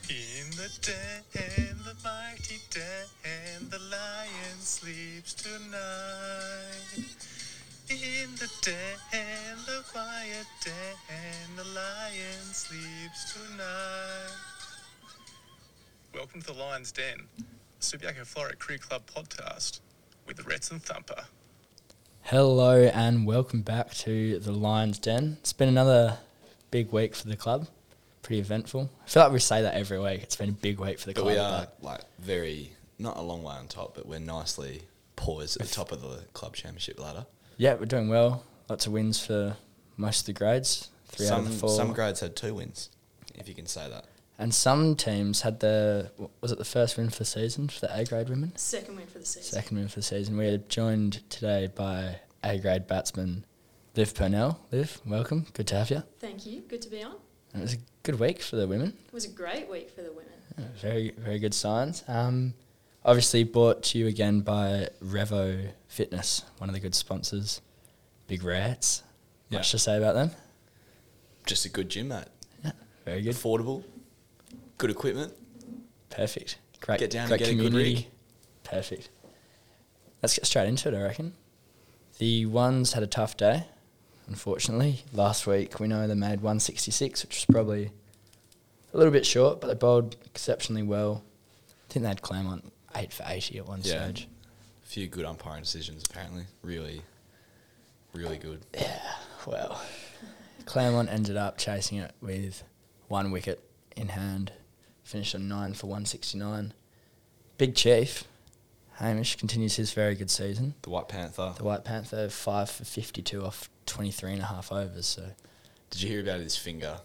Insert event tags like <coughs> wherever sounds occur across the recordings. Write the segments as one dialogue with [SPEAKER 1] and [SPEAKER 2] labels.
[SPEAKER 1] the den, the mighty den, the lion sleeps tonight. In the den, the quiet den, the lion sleeps tonight. Welcome to the Lion's Den, a Subiaco Floric Crew Club podcast with Rets and Thumper.
[SPEAKER 2] Hello and welcome back to the Lions Den. It's been another big week for the club. Pretty eventful. I feel like we say that every week. It's been a big week for the
[SPEAKER 3] But
[SPEAKER 2] club.
[SPEAKER 3] we are like very not a long way on top, but we're nicely poised at the top of the club championship ladder.
[SPEAKER 2] yeah, we're doing well. Lots of wins for most of the grades. Three
[SPEAKER 3] some
[SPEAKER 2] out of the four.
[SPEAKER 3] some grades had two wins, if you can say that.
[SPEAKER 2] and some teams had the wh- was it the first win for the season for the A grade women?
[SPEAKER 4] Second win for the season.
[SPEAKER 2] Second win for the season. We are joined today by A grade batsman Liv Purnell. Liv, welcome. Good to have you.
[SPEAKER 4] Thank you. Good to be on.
[SPEAKER 2] And it was a good week for the women.
[SPEAKER 4] It was a great week for the women.
[SPEAKER 2] Very, very good signs. Um, obviously, brought to you again by Revo Fitness, one of the good sponsors. Big rats.
[SPEAKER 3] Yeah.
[SPEAKER 2] Much to say about them.
[SPEAKER 3] Just a good gym, mate.
[SPEAKER 2] Very good.
[SPEAKER 3] Affordable, good equipment.
[SPEAKER 2] Perfect. Great,
[SPEAKER 3] Get down and
[SPEAKER 2] great
[SPEAKER 3] get a good
[SPEAKER 2] community.
[SPEAKER 3] rig.
[SPEAKER 2] Perfect. Let's get straight into it, I reckon. The ones had a tough day, unfortunately. Last week, we know they made 166, which was probably a little bit short, but they bowled exceptionally well. I think they had Claremont 8 for 80 at one
[SPEAKER 3] Yeah.
[SPEAKER 2] stage.
[SPEAKER 3] A few good umpiring decisions, apparently. Really, really good.
[SPEAKER 2] Well, Claremont ended up chasing it with one wicket in hand, finished on nine for 169. Big Chief, Hamish, continues his very good season.
[SPEAKER 3] The White Panther.
[SPEAKER 2] The White Panther, five for 52 off 23 and a half overs. So,
[SPEAKER 3] Did you hear about his finger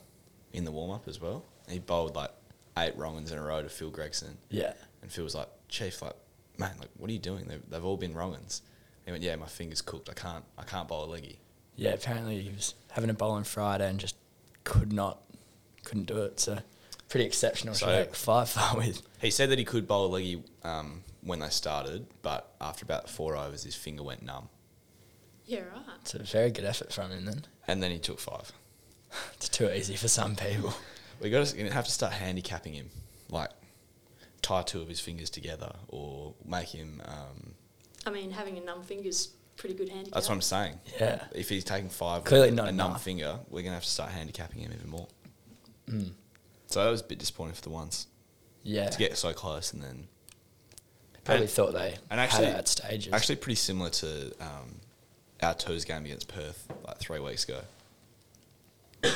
[SPEAKER 3] in the warm up as well? He bowled like eight wrong ones in a row to Phil Gregson.
[SPEAKER 2] yeah.
[SPEAKER 3] And Phil was like, Chief, like, man, like, what are you doing? They've, they've all been wrong-uns. He went, yeah, my finger's cooked. I can't, I can't bowl a leggy.
[SPEAKER 2] Yeah, apparently he was having a bowl on Friday and just could not, couldn't do it. So, pretty exceptional.
[SPEAKER 3] So-
[SPEAKER 2] So, five far <laughs> with.
[SPEAKER 3] He said that he could bowl a leggy um, when they started, but after about four overs, his finger went numb.
[SPEAKER 4] Yeah, right.
[SPEAKER 2] It's a very good effort from him then. <laughs>
[SPEAKER 3] And then he took five.
[SPEAKER 2] It's too easy for some people.
[SPEAKER 3] We got to have to start handicapping him, like tie two of his fingers together, or make him. Um,
[SPEAKER 4] I mean, having a numb finger's pretty good handicap.
[SPEAKER 3] that's what I'm saying.
[SPEAKER 2] Yeah.
[SPEAKER 3] If he's taking five, with
[SPEAKER 2] Clearly not
[SPEAKER 3] a numb
[SPEAKER 2] enough.
[SPEAKER 3] finger. We're gonna have to start handicapping him even more.
[SPEAKER 2] Hmm.
[SPEAKER 3] So that was a bit disappointing for the ones
[SPEAKER 2] Yeah.
[SPEAKER 3] to get so close and then
[SPEAKER 2] Probably
[SPEAKER 3] And-
[SPEAKER 2] thought they
[SPEAKER 3] and actually,
[SPEAKER 2] had it at stages.
[SPEAKER 3] Actually, pretty similar to um, our toes game against Perth like three weeks ago. <coughs>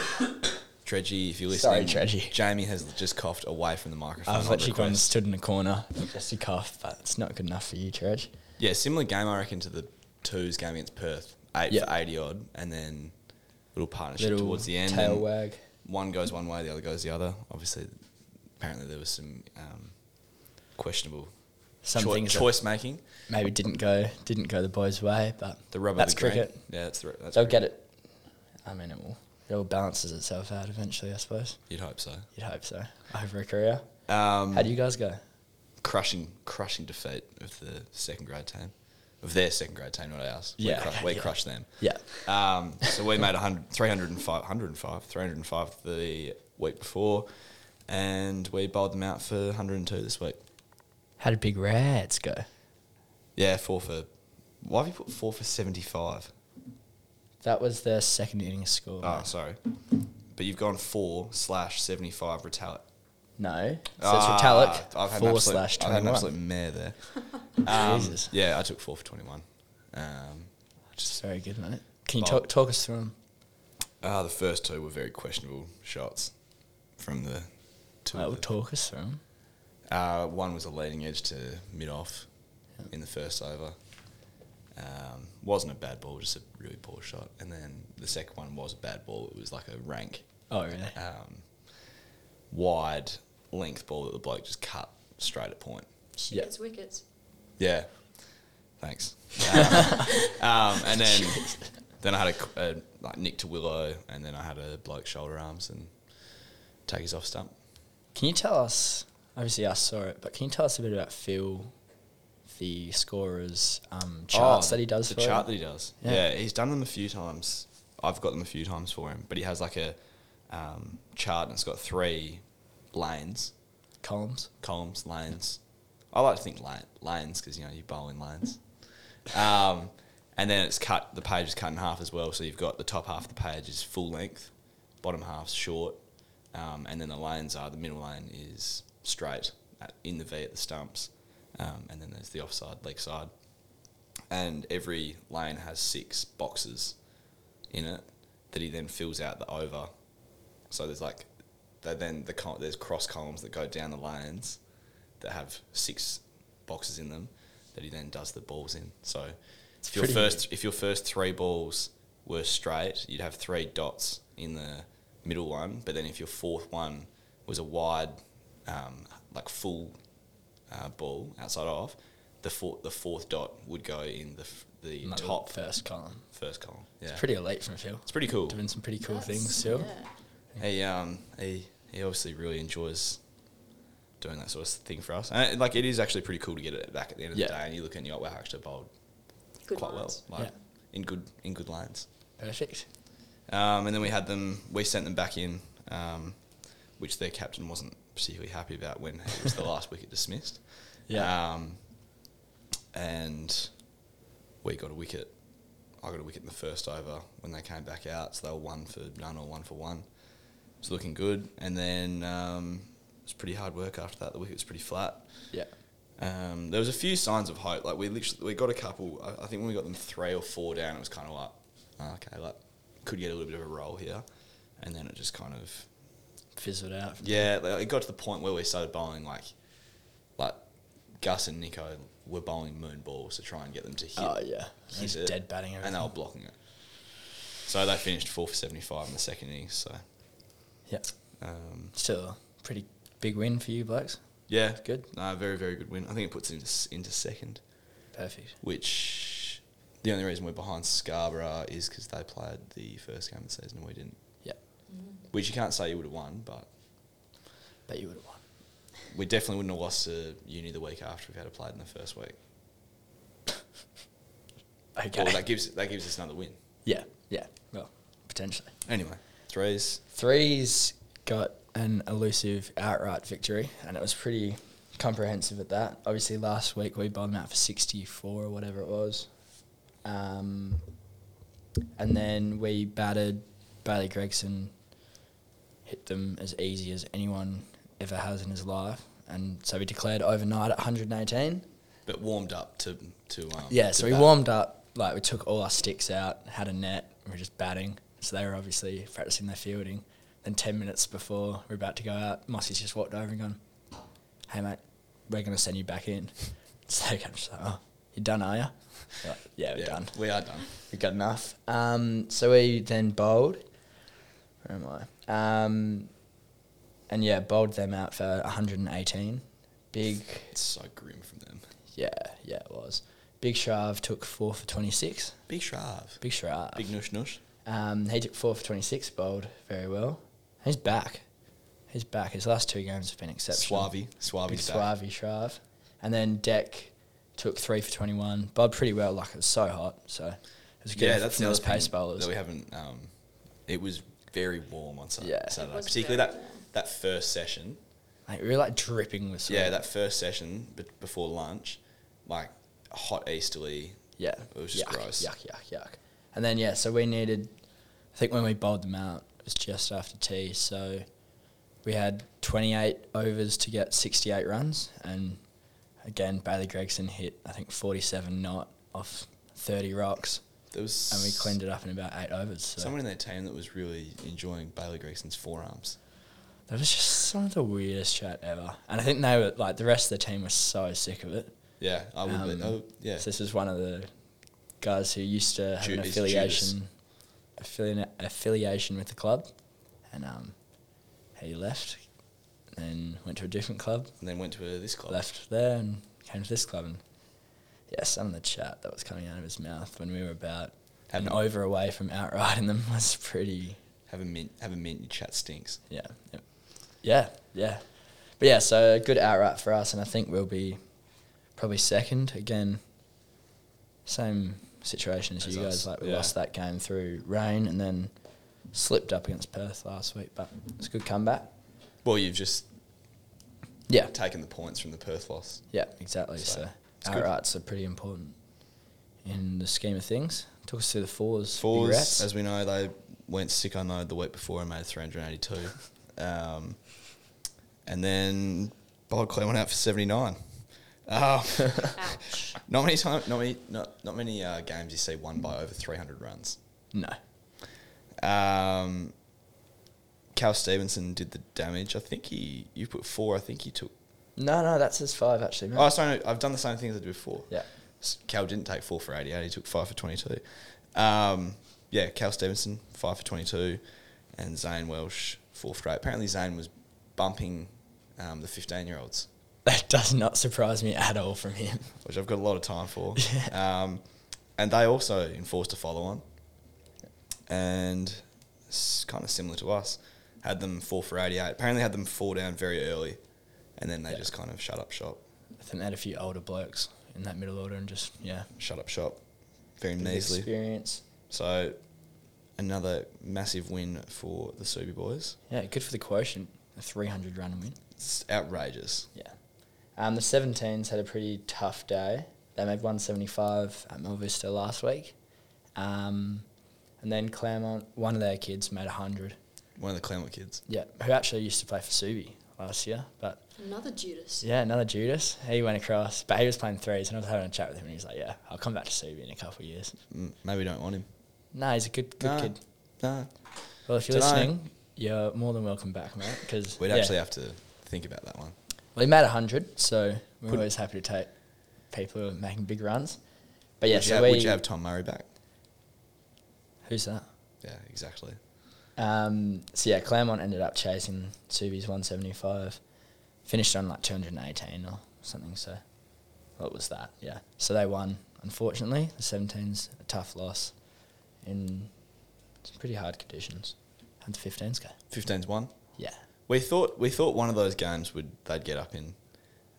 [SPEAKER 3] Dredgy, if you're
[SPEAKER 2] Sorry,
[SPEAKER 3] listening,
[SPEAKER 2] Dredgy.
[SPEAKER 3] Jamie has just coughed away from the microphone.
[SPEAKER 2] I've
[SPEAKER 3] on
[SPEAKER 2] literally gone and
[SPEAKER 3] request.
[SPEAKER 2] stood in a corner just to cough, but it's not good enough for you, Trudge.
[SPEAKER 3] Yeah, similar game I reckon to the twos game against Perth, eight
[SPEAKER 2] Yeah.
[SPEAKER 3] for eighty odd, and then little partnership
[SPEAKER 2] Little
[SPEAKER 3] towards the end.
[SPEAKER 2] tail
[SPEAKER 3] and
[SPEAKER 2] wag.
[SPEAKER 3] One goes one way, the other goes the other. Obviously, apparently there was some um, questionable
[SPEAKER 2] Some
[SPEAKER 3] choi-
[SPEAKER 2] things that
[SPEAKER 3] choice making.
[SPEAKER 2] maybe didn't go didn't go the boys' way, but
[SPEAKER 3] The rubber
[SPEAKER 2] that's
[SPEAKER 3] the green.
[SPEAKER 2] cricket.
[SPEAKER 3] Yeah, that's the. ru- That's
[SPEAKER 2] They'll
[SPEAKER 3] cricket.
[SPEAKER 2] get it. I mean, it will. It all balances itself out eventually, I suppose.
[SPEAKER 3] You'd hope so.
[SPEAKER 2] You'd hope so. Over a career.
[SPEAKER 3] Um,
[SPEAKER 2] How do you guys go?
[SPEAKER 3] crushing crushing defeat of the second grade team, of their second grade team, not ours.
[SPEAKER 2] Yeah,
[SPEAKER 3] we, cru-
[SPEAKER 2] okay,
[SPEAKER 3] we
[SPEAKER 2] yeah.
[SPEAKER 3] crushed them.
[SPEAKER 2] Yeah.
[SPEAKER 3] Um, so we made 100, 305, 105, 305 the week before, and we bowled them out for 102 this week.
[SPEAKER 2] How did Big Rats go?
[SPEAKER 3] Yeah, four for. Why have you put four for 75?
[SPEAKER 2] That was their second innings score.
[SPEAKER 3] Oh, sorry. But you've gone four slash 75 retaliate.
[SPEAKER 2] No. So it's
[SPEAKER 3] Ah,
[SPEAKER 2] Retallick,
[SPEAKER 3] I've had an
[SPEAKER 2] four
[SPEAKER 3] absolute-
[SPEAKER 2] slash
[SPEAKER 3] I've had an
[SPEAKER 2] 21.
[SPEAKER 3] absolute mare there.
[SPEAKER 2] Jesus.
[SPEAKER 3] Yeah, I took four for 21. Um,
[SPEAKER 2] Just very good, mate. Can you
[SPEAKER 3] Bob.
[SPEAKER 2] talk, talk us through them?
[SPEAKER 3] Uh, the first two were very questionable shots from the two.
[SPEAKER 2] Well,
[SPEAKER 3] of the-
[SPEAKER 2] talk us through 'em.
[SPEAKER 3] uh, one was a leading edge to mid off in the first over. Um, wasn't a bad ball, just a really poor shot. And then the second one was a bad ball. It was like a rank,
[SPEAKER 2] Oh, really?
[SPEAKER 3] um, wide length ball that the bloke just cut straight at point.
[SPEAKER 4] She
[SPEAKER 2] Yeah.
[SPEAKER 4] gets wickets.
[SPEAKER 3] Yeah.
[SPEAKER 2] <laughs>
[SPEAKER 3] Thanks. um, um, and then then I had a, c- a, like nick to Willow, and then I had a bloke shoulder arms and take his off stump.
[SPEAKER 2] Oh, Can you tell us? Obviously, I saw it, but can you tell us a bit about Phil, the scorer's um, charts
[SPEAKER 3] Oh,
[SPEAKER 2] that he does?
[SPEAKER 3] The
[SPEAKER 2] for
[SPEAKER 3] chart
[SPEAKER 2] it?
[SPEAKER 3] that he does.
[SPEAKER 2] Yeah.
[SPEAKER 3] Yeah. he's done them a few times. I've got them a few times for him, but he has like a um, chart and it's got three lanes,
[SPEAKER 2] columns.
[SPEAKER 3] columns, lanes. I like to think lane, lanes because you know you bowl in lanes. um, and then it's cut. The page is cut in half as well, so you've got the top half of the page is full length, bottom half's short, um, and then the lanes are the middle lane is straight at, in the V at the stumps, um, and then there's the offside leg side, and every lane has six boxes in it that he then fills out the over. So there's like, they then the col- there's cross columns that go down the lanes that have six boxes in them that he then does the balls in. So if your
[SPEAKER 2] pretty
[SPEAKER 3] first if your first three balls were straight, you'd have three dots in the middle one. But then if your fourth one was a wide, um, like full uh, ball outside off, the fourth the fourth dot would go in the f- the
[SPEAKER 2] Like the
[SPEAKER 3] top
[SPEAKER 2] first column.
[SPEAKER 3] first column. Yeah,
[SPEAKER 2] It's pretty elite from Phil.
[SPEAKER 3] It's pretty cool.
[SPEAKER 2] Doing some pretty cool
[SPEAKER 4] That's-
[SPEAKER 2] things still.
[SPEAKER 4] yeah.
[SPEAKER 3] He um he he obviously really enjoys doing that sort of thing for us. And like it is actually pretty cool to get it back at the end of
[SPEAKER 2] Yeah.
[SPEAKER 3] the day, and you look at it and you go, wow, I actually bowled
[SPEAKER 4] Good
[SPEAKER 3] quite
[SPEAKER 4] lines.
[SPEAKER 3] well, like
[SPEAKER 2] Yeah.
[SPEAKER 3] in good in good lines.
[SPEAKER 2] Perfect.
[SPEAKER 3] Um, and then we had them. We sent them back in, um, which their captain wasn't particularly happy about when
[SPEAKER 2] <laughs>
[SPEAKER 3] he was the last wicket dismissed.
[SPEAKER 2] Yeah.
[SPEAKER 3] Um, and we got a wicket. I got a wicket in the first over when they came back out, so they were one for none or one for one. It was looking good, and then um, it was pretty hard work after that. The wicket was pretty flat.
[SPEAKER 2] Yeah.
[SPEAKER 3] Um, there was a few signs of hope. Like we literally, we got a couple. I, I think when we got them three or four down, it was kind of like, "Oh, okay, like could get a little bit of a roll here, and then it just kind of
[SPEAKER 2] Fizzled out.
[SPEAKER 3] yeah. Like, it got to the point where we started bowling like, like Gus and Nico were bowling moon balls to try and get them to hit.
[SPEAKER 2] Oh yeah.
[SPEAKER 3] hit
[SPEAKER 2] He's
[SPEAKER 3] it,
[SPEAKER 2] dead batting everything.
[SPEAKER 3] and they were blocking it. So they finished four for seventy five in the second innings. So
[SPEAKER 2] yeah.
[SPEAKER 3] um,
[SPEAKER 2] Still a pretty big win for you blokes.
[SPEAKER 3] yeah,
[SPEAKER 2] Good.
[SPEAKER 3] No, very very good win. I think it puts it into, s- into second.
[SPEAKER 2] Perfect.
[SPEAKER 3] which the only reason we're behind Scarborough is because they played the first game of the season and we didn't.
[SPEAKER 2] Yeah.
[SPEAKER 3] Which you can't say you would have won, but
[SPEAKER 2] Bet you would have won.
[SPEAKER 3] we definitely wouldn't have lost to uni the week after if we had played in the first week.
[SPEAKER 2] Okay.
[SPEAKER 3] Well, that gives that gives us another win.
[SPEAKER 2] <laughs> yeah. Yeah. Well, potentially.
[SPEAKER 3] Anyway, threes.
[SPEAKER 2] Threes got an elusive outright victory, and it was pretty comprehensive at that. Obviously, last week we bowled them out for 64 or whatever it was. Um, and then we batted Bailey Gregson, hit them as easy as anyone ever has in his life. And so we declared overnight at 118.
[SPEAKER 3] But warmed up to to um
[SPEAKER 2] Yeah,
[SPEAKER 3] to
[SPEAKER 2] so we
[SPEAKER 3] that.
[SPEAKER 2] warmed up, like we took all our sticks out, had a net, and we were just batting. So they were obviously practicing their fielding. Then ten minutes before we're about to go out, Mossy's just walked over and gone, Hey mate, we're gonna send you back in. <laughs> So I'm just like, Oh, you done, are you? Like, yeah, we're
[SPEAKER 3] Yeah,
[SPEAKER 2] done.
[SPEAKER 3] We are done.
[SPEAKER 2] We got enough. Um, so we then bowled. Where am I? Um, and yeah, bowled them out for 118. Big
[SPEAKER 3] It's so grim from them.
[SPEAKER 2] yeah, yeah, it was. Big Shrav took four for 26.
[SPEAKER 3] Big Shrav.
[SPEAKER 2] Big Shrav.
[SPEAKER 3] Big Nush Nush.
[SPEAKER 2] Um, he took four for 26, bowled very well. He's back. He's back. His last two games have been exceptional.
[SPEAKER 3] Suave. Suave.
[SPEAKER 2] Big Suave Shrav. And then Deck took three for 21, bowled pretty well. Like, it was so hot. So it was good
[SPEAKER 3] Yeah, that's
[SPEAKER 2] from
[SPEAKER 3] the
[SPEAKER 2] those
[SPEAKER 3] other
[SPEAKER 2] pace
[SPEAKER 3] thing
[SPEAKER 2] bowlers.
[SPEAKER 3] that we haven't. Um, it was very warm on Saturday,
[SPEAKER 2] Yeah. It
[SPEAKER 3] Saturday.
[SPEAKER 4] was
[SPEAKER 3] particularly
[SPEAKER 4] very
[SPEAKER 3] that
[SPEAKER 4] warm.
[SPEAKER 3] that first session.
[SPEAKER 2] Like, we were like dripping with sweat.
[SPEAKER 3] Yeah, that first session be- before lunch, like hot easterly.
[SPEAKER 2] Yeah.
[SPEAKER 3] It was just
[SPEAKER 2] yuck,
[SPEAKER 3] gross.
[SPEAKER 2] Yuck, yuck, yuck. And then, yeah, so we needed, I think when we bowled them out, it was just after tea. So we had 28 overs to get 68 runs. And again, Bailey Gregson hit, I think, 47 knot off 30 rocks.
[SPEAKER 3] There was
[SPEAKER 2] And we cleaned it up in about eight overs. So
[SPEAKER 3] Someone in their team that was really enjoying Bailey Gregson's forearms.
[SPEAKER 2] that was just some of the weirdest chat ever. And I think they were, like, the rest of the team was so sick of it.
[SPEAKER 3] Yeah, I would. be,
[SPEAKER 2] Um,
[SPEAKER 3] I would- yeah,
[SPEAKER 2] So this is one of the guys who used to have
[SPEAKER 3] Ju-
[SPEAKER 2] an
[SPEAKER 3] he's
[SPEAKER 2] affiliation, affiliation, affiliation with the club, and um, he left, then went to a different club,
[SPEAKER 3] and then went to uh, this club.
[SPEAKER 2] left there, and came to this club. And yeah, some of the chat that was coming out of his mouth when we were about
[SPEAKER 3] Have
[SPEAKER 2] an
[SPEAKER 3] a-
[SPEAKER 2] over away from <laughs> outriding them was pretty.
[SPEAKER 3] Have a mint. Have a mint. Your chat stinks.
[SPEAKER 2] Yeah. it- Yeah. Yeah. But yeah, so a good outright for us, and I think we'll be probably second again. Same situation as,
[SPEAKER 3] As
[SPEAKER 2] you
[SPEAKER 3] us,
[SPEAKER 2] guys. Like we
[SPEAKER 3] yeah.
[SPEAKER 2] lost that game through rain, and then slipped up against Perth last week. But it's a good comeback.
[SPEAKER 3] Well, you've just
[SPEAKER 2] Yeah.
[SPEAKER 3] taking the points from the Perth loss.
[SPEAKER 2] Yeah, exactly.
[SPEAKER 3] So,
[SPEAKER 2] So,
[SPEAKER 3] it's
[SPEAKER 2] our
[SPEAKER 3] good.
[SPEAKER 2] rights are pretty important in the scheme of things. Took us through the fours. big
[SPEAKER 3] Fours,
[SPEAKER 2] rats.
[SPEAKER 3] as we know, they went sick unload the week before and made 382. um, and then Bold Clay went out for 79. Um,
[SPEAKER 4] Ouch.
[SPEAKER 3] not many time, not many, not, not many uh, games you see won by over 300 runs.
[SPEAKER 2] no.
[SPEAKER 3] Um, Cal Stevenson did the damage. I think he you put four. I think he took.
[SPEAKER 2] No, no, that's his five, actually. mate.
[SPEAKER 3] Oh, sorry, no, I've done the same thing as I did before.
[SPEAKER 2] Yeah. <laughs>
[SPEAKER 3] S- Cal didn't take four for 88. He took five for 22. Um, yeah, Cal Stevenson, five for 22. And Zane Welsh, four for eight. Apparently, Zane was bumping um, the 15 year olds,
[SPEAKER 2] That does not surprise me at all from him.
[SPEAKER 3] which I've got a lot of time for. Um, and they also enforced a follow on. And it's kind of similar to us. Had them four for 88. Apparently, had them fall down very early. And then they
[SPEAKER 2] Yeah.
[SPEAKER 3] just kind of shut up shop.
[SPEAKER 2] I think they had a few older blokes in that middle order and just, yeah.
[SPEAKER 3] Shut up shop. Very
[SPEAKER 2] bit of
[SPEAKER 3] nasally.
[SPEAKER 2] Experience.
[SPEAKER 3] So another massive win for the Subi boys.
[SPEAKER 2] Yeah, good for the quotient. A 300 run win.
[SPEAKER 3] It's outrageous.
[SPEAKER 2] Yeah. Um, the 17s had a pretty tough day. They made 175 at Mel Vista last week. Um, and then Claremont, one of their kids, made 100.
[SPEAKER 3] One of the Claremont kids.
[SPEAKER 2] Yeah, who actually used to play for Subi last year. But
[SPEAKER 4] Another Judas.
[SPEAKER 2] yeah, another Judas. He went across, but he was playing threes, and I was having a chat with him, and he was like, "Yeah, I'll come back to Subi in a couple of years."
[SPEAKER 3] M- Maybe we don't want him.
[SPEAKER 2] No, he's a good, good
[SPEAKER 3] Nah.
[SPEAKER 2] kid.
[SPEAKER 3] Nah,
[SPEAKER 2] Well, if you're
[SPEAKER 3] Dunno.
[SPEAKER 2] listening, you're more than welcome back, mate. Because
[SPEAKER 3] we'd
[SPEAKER 2] yeah.
[SPEAKER 3] actually have to think about that one.
[SPEAKER 2] well, he made hundred, so we're
[SPEAKER 3] Could-
[SPEAKER 2] always happy to take people who are making big runs. But yeah,
[SPEAKER 3] would, you
[SPEAKER 2] so
[SPEAKER 3] have,
[SPEAKER 2] we,
[SPEAKER 3] would you have Tom Murray back?
[SPEAKER 2] who's that?
[SPEAKER 3] Yeah, exactly.
[SPEAKER 2] Um, so yeah, Claremont ended up chasing Subi's 175, finished on like 218 or something. So what was that? Yeah. So they won. Unfortunately, the 17s a tough loss in some pretty hard conditions. How'd the 15s go?
[SPEAKER 3] 15's one.
[SPEAKER 2] Yeah.
[SPEAKER 3] We thought we thought one of those games would they'd get up in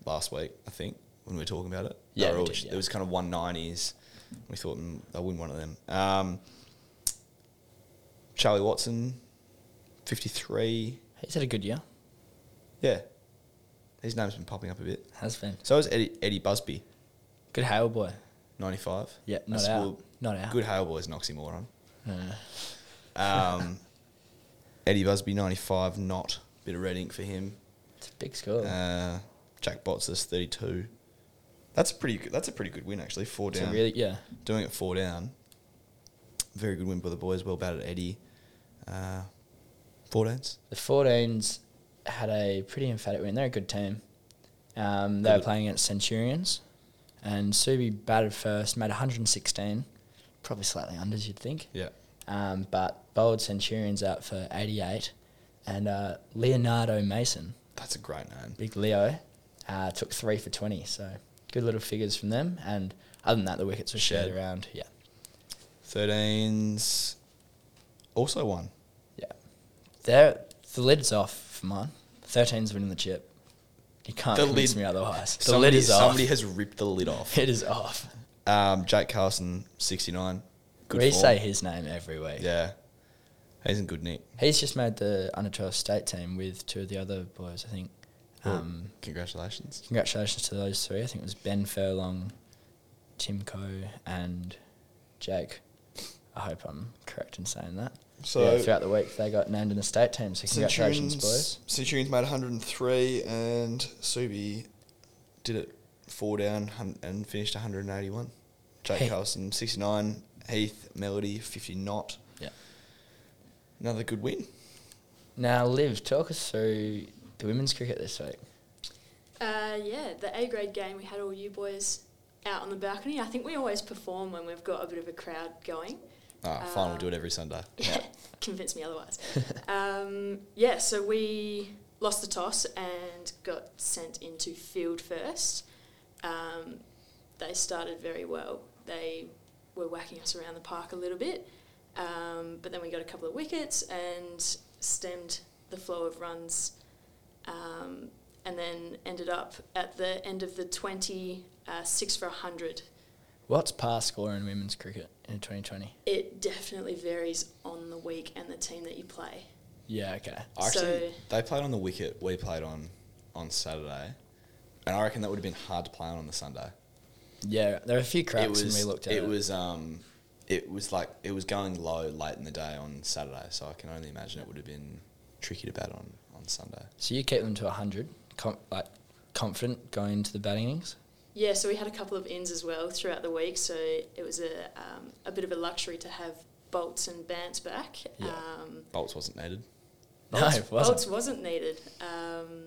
[SPEAKER 3] last week. I think when we were talking about it, They
[SPEAKER 2] Yeah,
[SPEAKER 3] were
[SPEAKER 2] we
[SPEAKER 3] all-
[SPEAKER 2] did, yeah.
[SPEAKER 3] it was kind of one nineties. We thought mm, they win one of them. Um, Charlie Watson, fifty three.
[SPEAKER 2] He's had a good year.
[SPEAKER 3] Yeah. His name's been popping up a bit.
[SPEAKER 2] Has been.
[SPEAKER 3] So is Eddie, Eddie Busby,
[SPEAKER 2] Good Hale boy.
[SPEAKER 3] 95.
[SPEAKER 2] Yeah, not
[SPEAKER 3] That's-
[SPEAKER 2] out.
[SPEAKER 3] well,
[SPEAKER 2] not out.
[SPEAKER 3] Good Hale Boy's an oxymoron.
[SPEAKER 2] Uh,
[SPEAKER 3] Um, <laughs> Eddie Busby, 95, not. Bit of red ink for him.
[SPEAKER 2] it's a big score.
[SPEAKER 3] Uh, Jack Botsis, 32. That's a pretty good, that's a pretty good win, actually. Four
[SPEAKER 2] it's
[SPEAKER 3] down.
[SPEAKER 2] a really yeah.
[SPEAKER 3] Doing it four down. Very good win by the boys. Well batted, Eddie. Uh, four downs.
[SPEAKER 2] The 14s had a pretty emphatic win. They're a good team. Um, they were
[SPEAKER 3] Good.
[SPEAKER 2] playing against Centurions, and Subi batted first, made 116, probably slightly unders, you'd think.
[SPEAKER 3] Yeah.
[SPEAKER 2] Um, but bowled Centurions out for 88, and uh, Leonardo Mason,
[SPEAKER 3] That's a great name.
[SPEAKER 2] big Leo, uh, took three for 20. So good little figures from them. And other than that, the wickets were shared
[SPEAKER 3] Shared.
[SPEAKER 2] around. Yeah,
[SPEAKER 3] 13s. Also one.
[SPEAKER 2] yeah. They're, the lid's off for mine. 13's winning the chip. You can't
[SPEAKER 3] The
[SPEAKER 2] convince
[SPEAKER 3] lid-
[SPEAKER 2] me otherwise. The
[SPEAKER 3] somebody,
[SPEAKER 2] lid is off. <laughs>
[SPEAKER 3] Somebody has ripped the lid off.
[SPEAKER 2] It is off.
[SPEAKER 3] Um, Jake Carson, 69. Good
[SPEAKER 2] we
[SPEAKER 3] form.
[SPEAKER 2] say his name every week.
[SPEAKER 3] Yeah. He's in good nick.
[SPEAKER 2] He's just made the under 12 state team with two of the other boys, I think. Um,
[SPEAKER 3] Congratulations.
[SPEAKER 2] congratulations to those three. I think it was Ben Furlong, Tim Coe, and Jake. I hope I'm correct in saying that.
[SPEAKER 3] So-
[SPEAKER 2] yeah, throughout the week, they got named in the state team, so congratulations, boys.
[SPEAKER 3] Centurions made 103, and Subi did it four down hun- and finished 181. Jake
[SPEAKER 2] Hey.
[SPEAKER 3] Carson, 69. Heath Melody, 50 not.
[SPEAKER 2] Yeah.
[SPEAKER 3] Another good win.
[SPEAKER 2] Now, Liv, talk us through the women's cricket this week.
[SPEAKER 4] Uh, yeah, the A grade game, we had all you boys out on the balcony. I think we always perform when we've got a bit of a crowd going.
[SPEAKER 3] Ah, fine, we'll do it every Sunday.
[SPEAKER 4] <laughs> Convince me otherwise. um, yeah, so we lost the toss and got sent into field first. Um, they started very well. They were whacking us around the park a little bit, um, but then we got a couple of wickets and stemmed the flow of runs, um, and then ended up at the end of the 20, uh, six for 100.
[SPEAKER 2] What's par score in women's cricket in 2020?
[SPEAKER 4] It definitely varies on the week and the team that you play.
[SPEAKER 2] Yeah, okay.
[SPEAKER 3] Actually,
[SPEAKER 4] So-
[SPEAKER 3] they played on the wicket, we played on on Saturday, and I reckon that would have been hard to play on on the Sunday.
[SPEAKER 2] Yeah, there are a few cracks
[SPEAKER 3] it was,
[SPEAKER 2] when we looked at it.
[SPEAKER 3] it was um, it was like it was going low late in the day on Saturday, so I can only imagine it would have been tricky to bat on on Sunday.
[SPEAKER 2] so you kept them to 100, com- like confident going into the batting innings?
[SPEAKER 4] Yeah, so we had a couple of ins as well throughout the week, so it was a, um, a bit of a luxury to have Bolts and Bant back.
[SPEAKER 2] Yeah.
[SPEAKER 4] Um,
[SPEAKER 3] Bolts wasn't needed.
[SPEAKER 2] No, it wasn't.
[SPEAKER 4] Bolts wasn't needed. Um,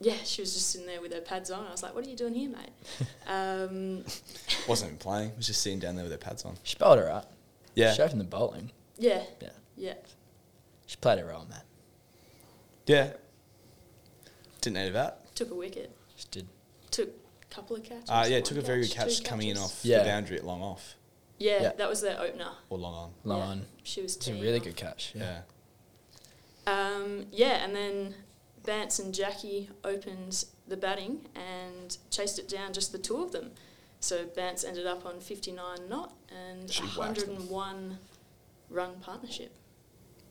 [SPEAKER 4] yeah, she was just sitting there with her pads on. I was like, what are you doing
[SPEAKER 3] <laughs>
[SPEAKER 4] here, mate? um,
[SPEAKER 3] Wasn't even playing. Was just sitting down there with their pads on.
[SPEAKER 2] She bowled her right.
[SPEAKER 3] Yeah,
[SPEAKER 2] She opened the bowling.
[SPEAKER 4] yeah,
[SPEAKER 2] Yeah.
[SPEAKER 4] yeah.
[SPEAKER 2] She played her role, man.
[SPEAKER 3] yeah. Didn't need a bat.
[SPEAKER 4] Took a wicket.
[SPEAKER 2] She did.
[SPEAKER 4] Took a couple of catches.
[SPEAKER 3] Uh, yeah,
[SPEAKER 4] one
[SPEAKER 3] took a very good
[SPEAKER 4] two
[SPEAKER 3] catch coming in
[SPEAKER 4] catches.
[SPEAKER 3] off
[SPEAKER 2] Yeah.
[SPEAKER 3] the boundary at long off
[SPEAKER 4] Yeah,
[SPEAKER 2] Yeah.
[SPEAKER 4] that was their opener.
[SPEAKER 3] or long on.
[SPEAKER 2] Long
[SPEAKER 4] Yeah,
[SPEAKER 2] on.
[SPEAKER 4] She was
[SPEAKER 2] It's a
[SPEAKER 4] teeing
[SPEAKER 2] really
[SPEAKER 4] off.
[SPEAKER 2] good catch.
[SPEAKER 3] Yeah.
[SPEAKER 4] Um, yeah, and then Bance and Jackie opened the batting and chased it down, just the two of them. So Bance ended up on 59 not and
[SPEAKER 3] She whacked them.
[SPEAKER 4] 101 run partnership.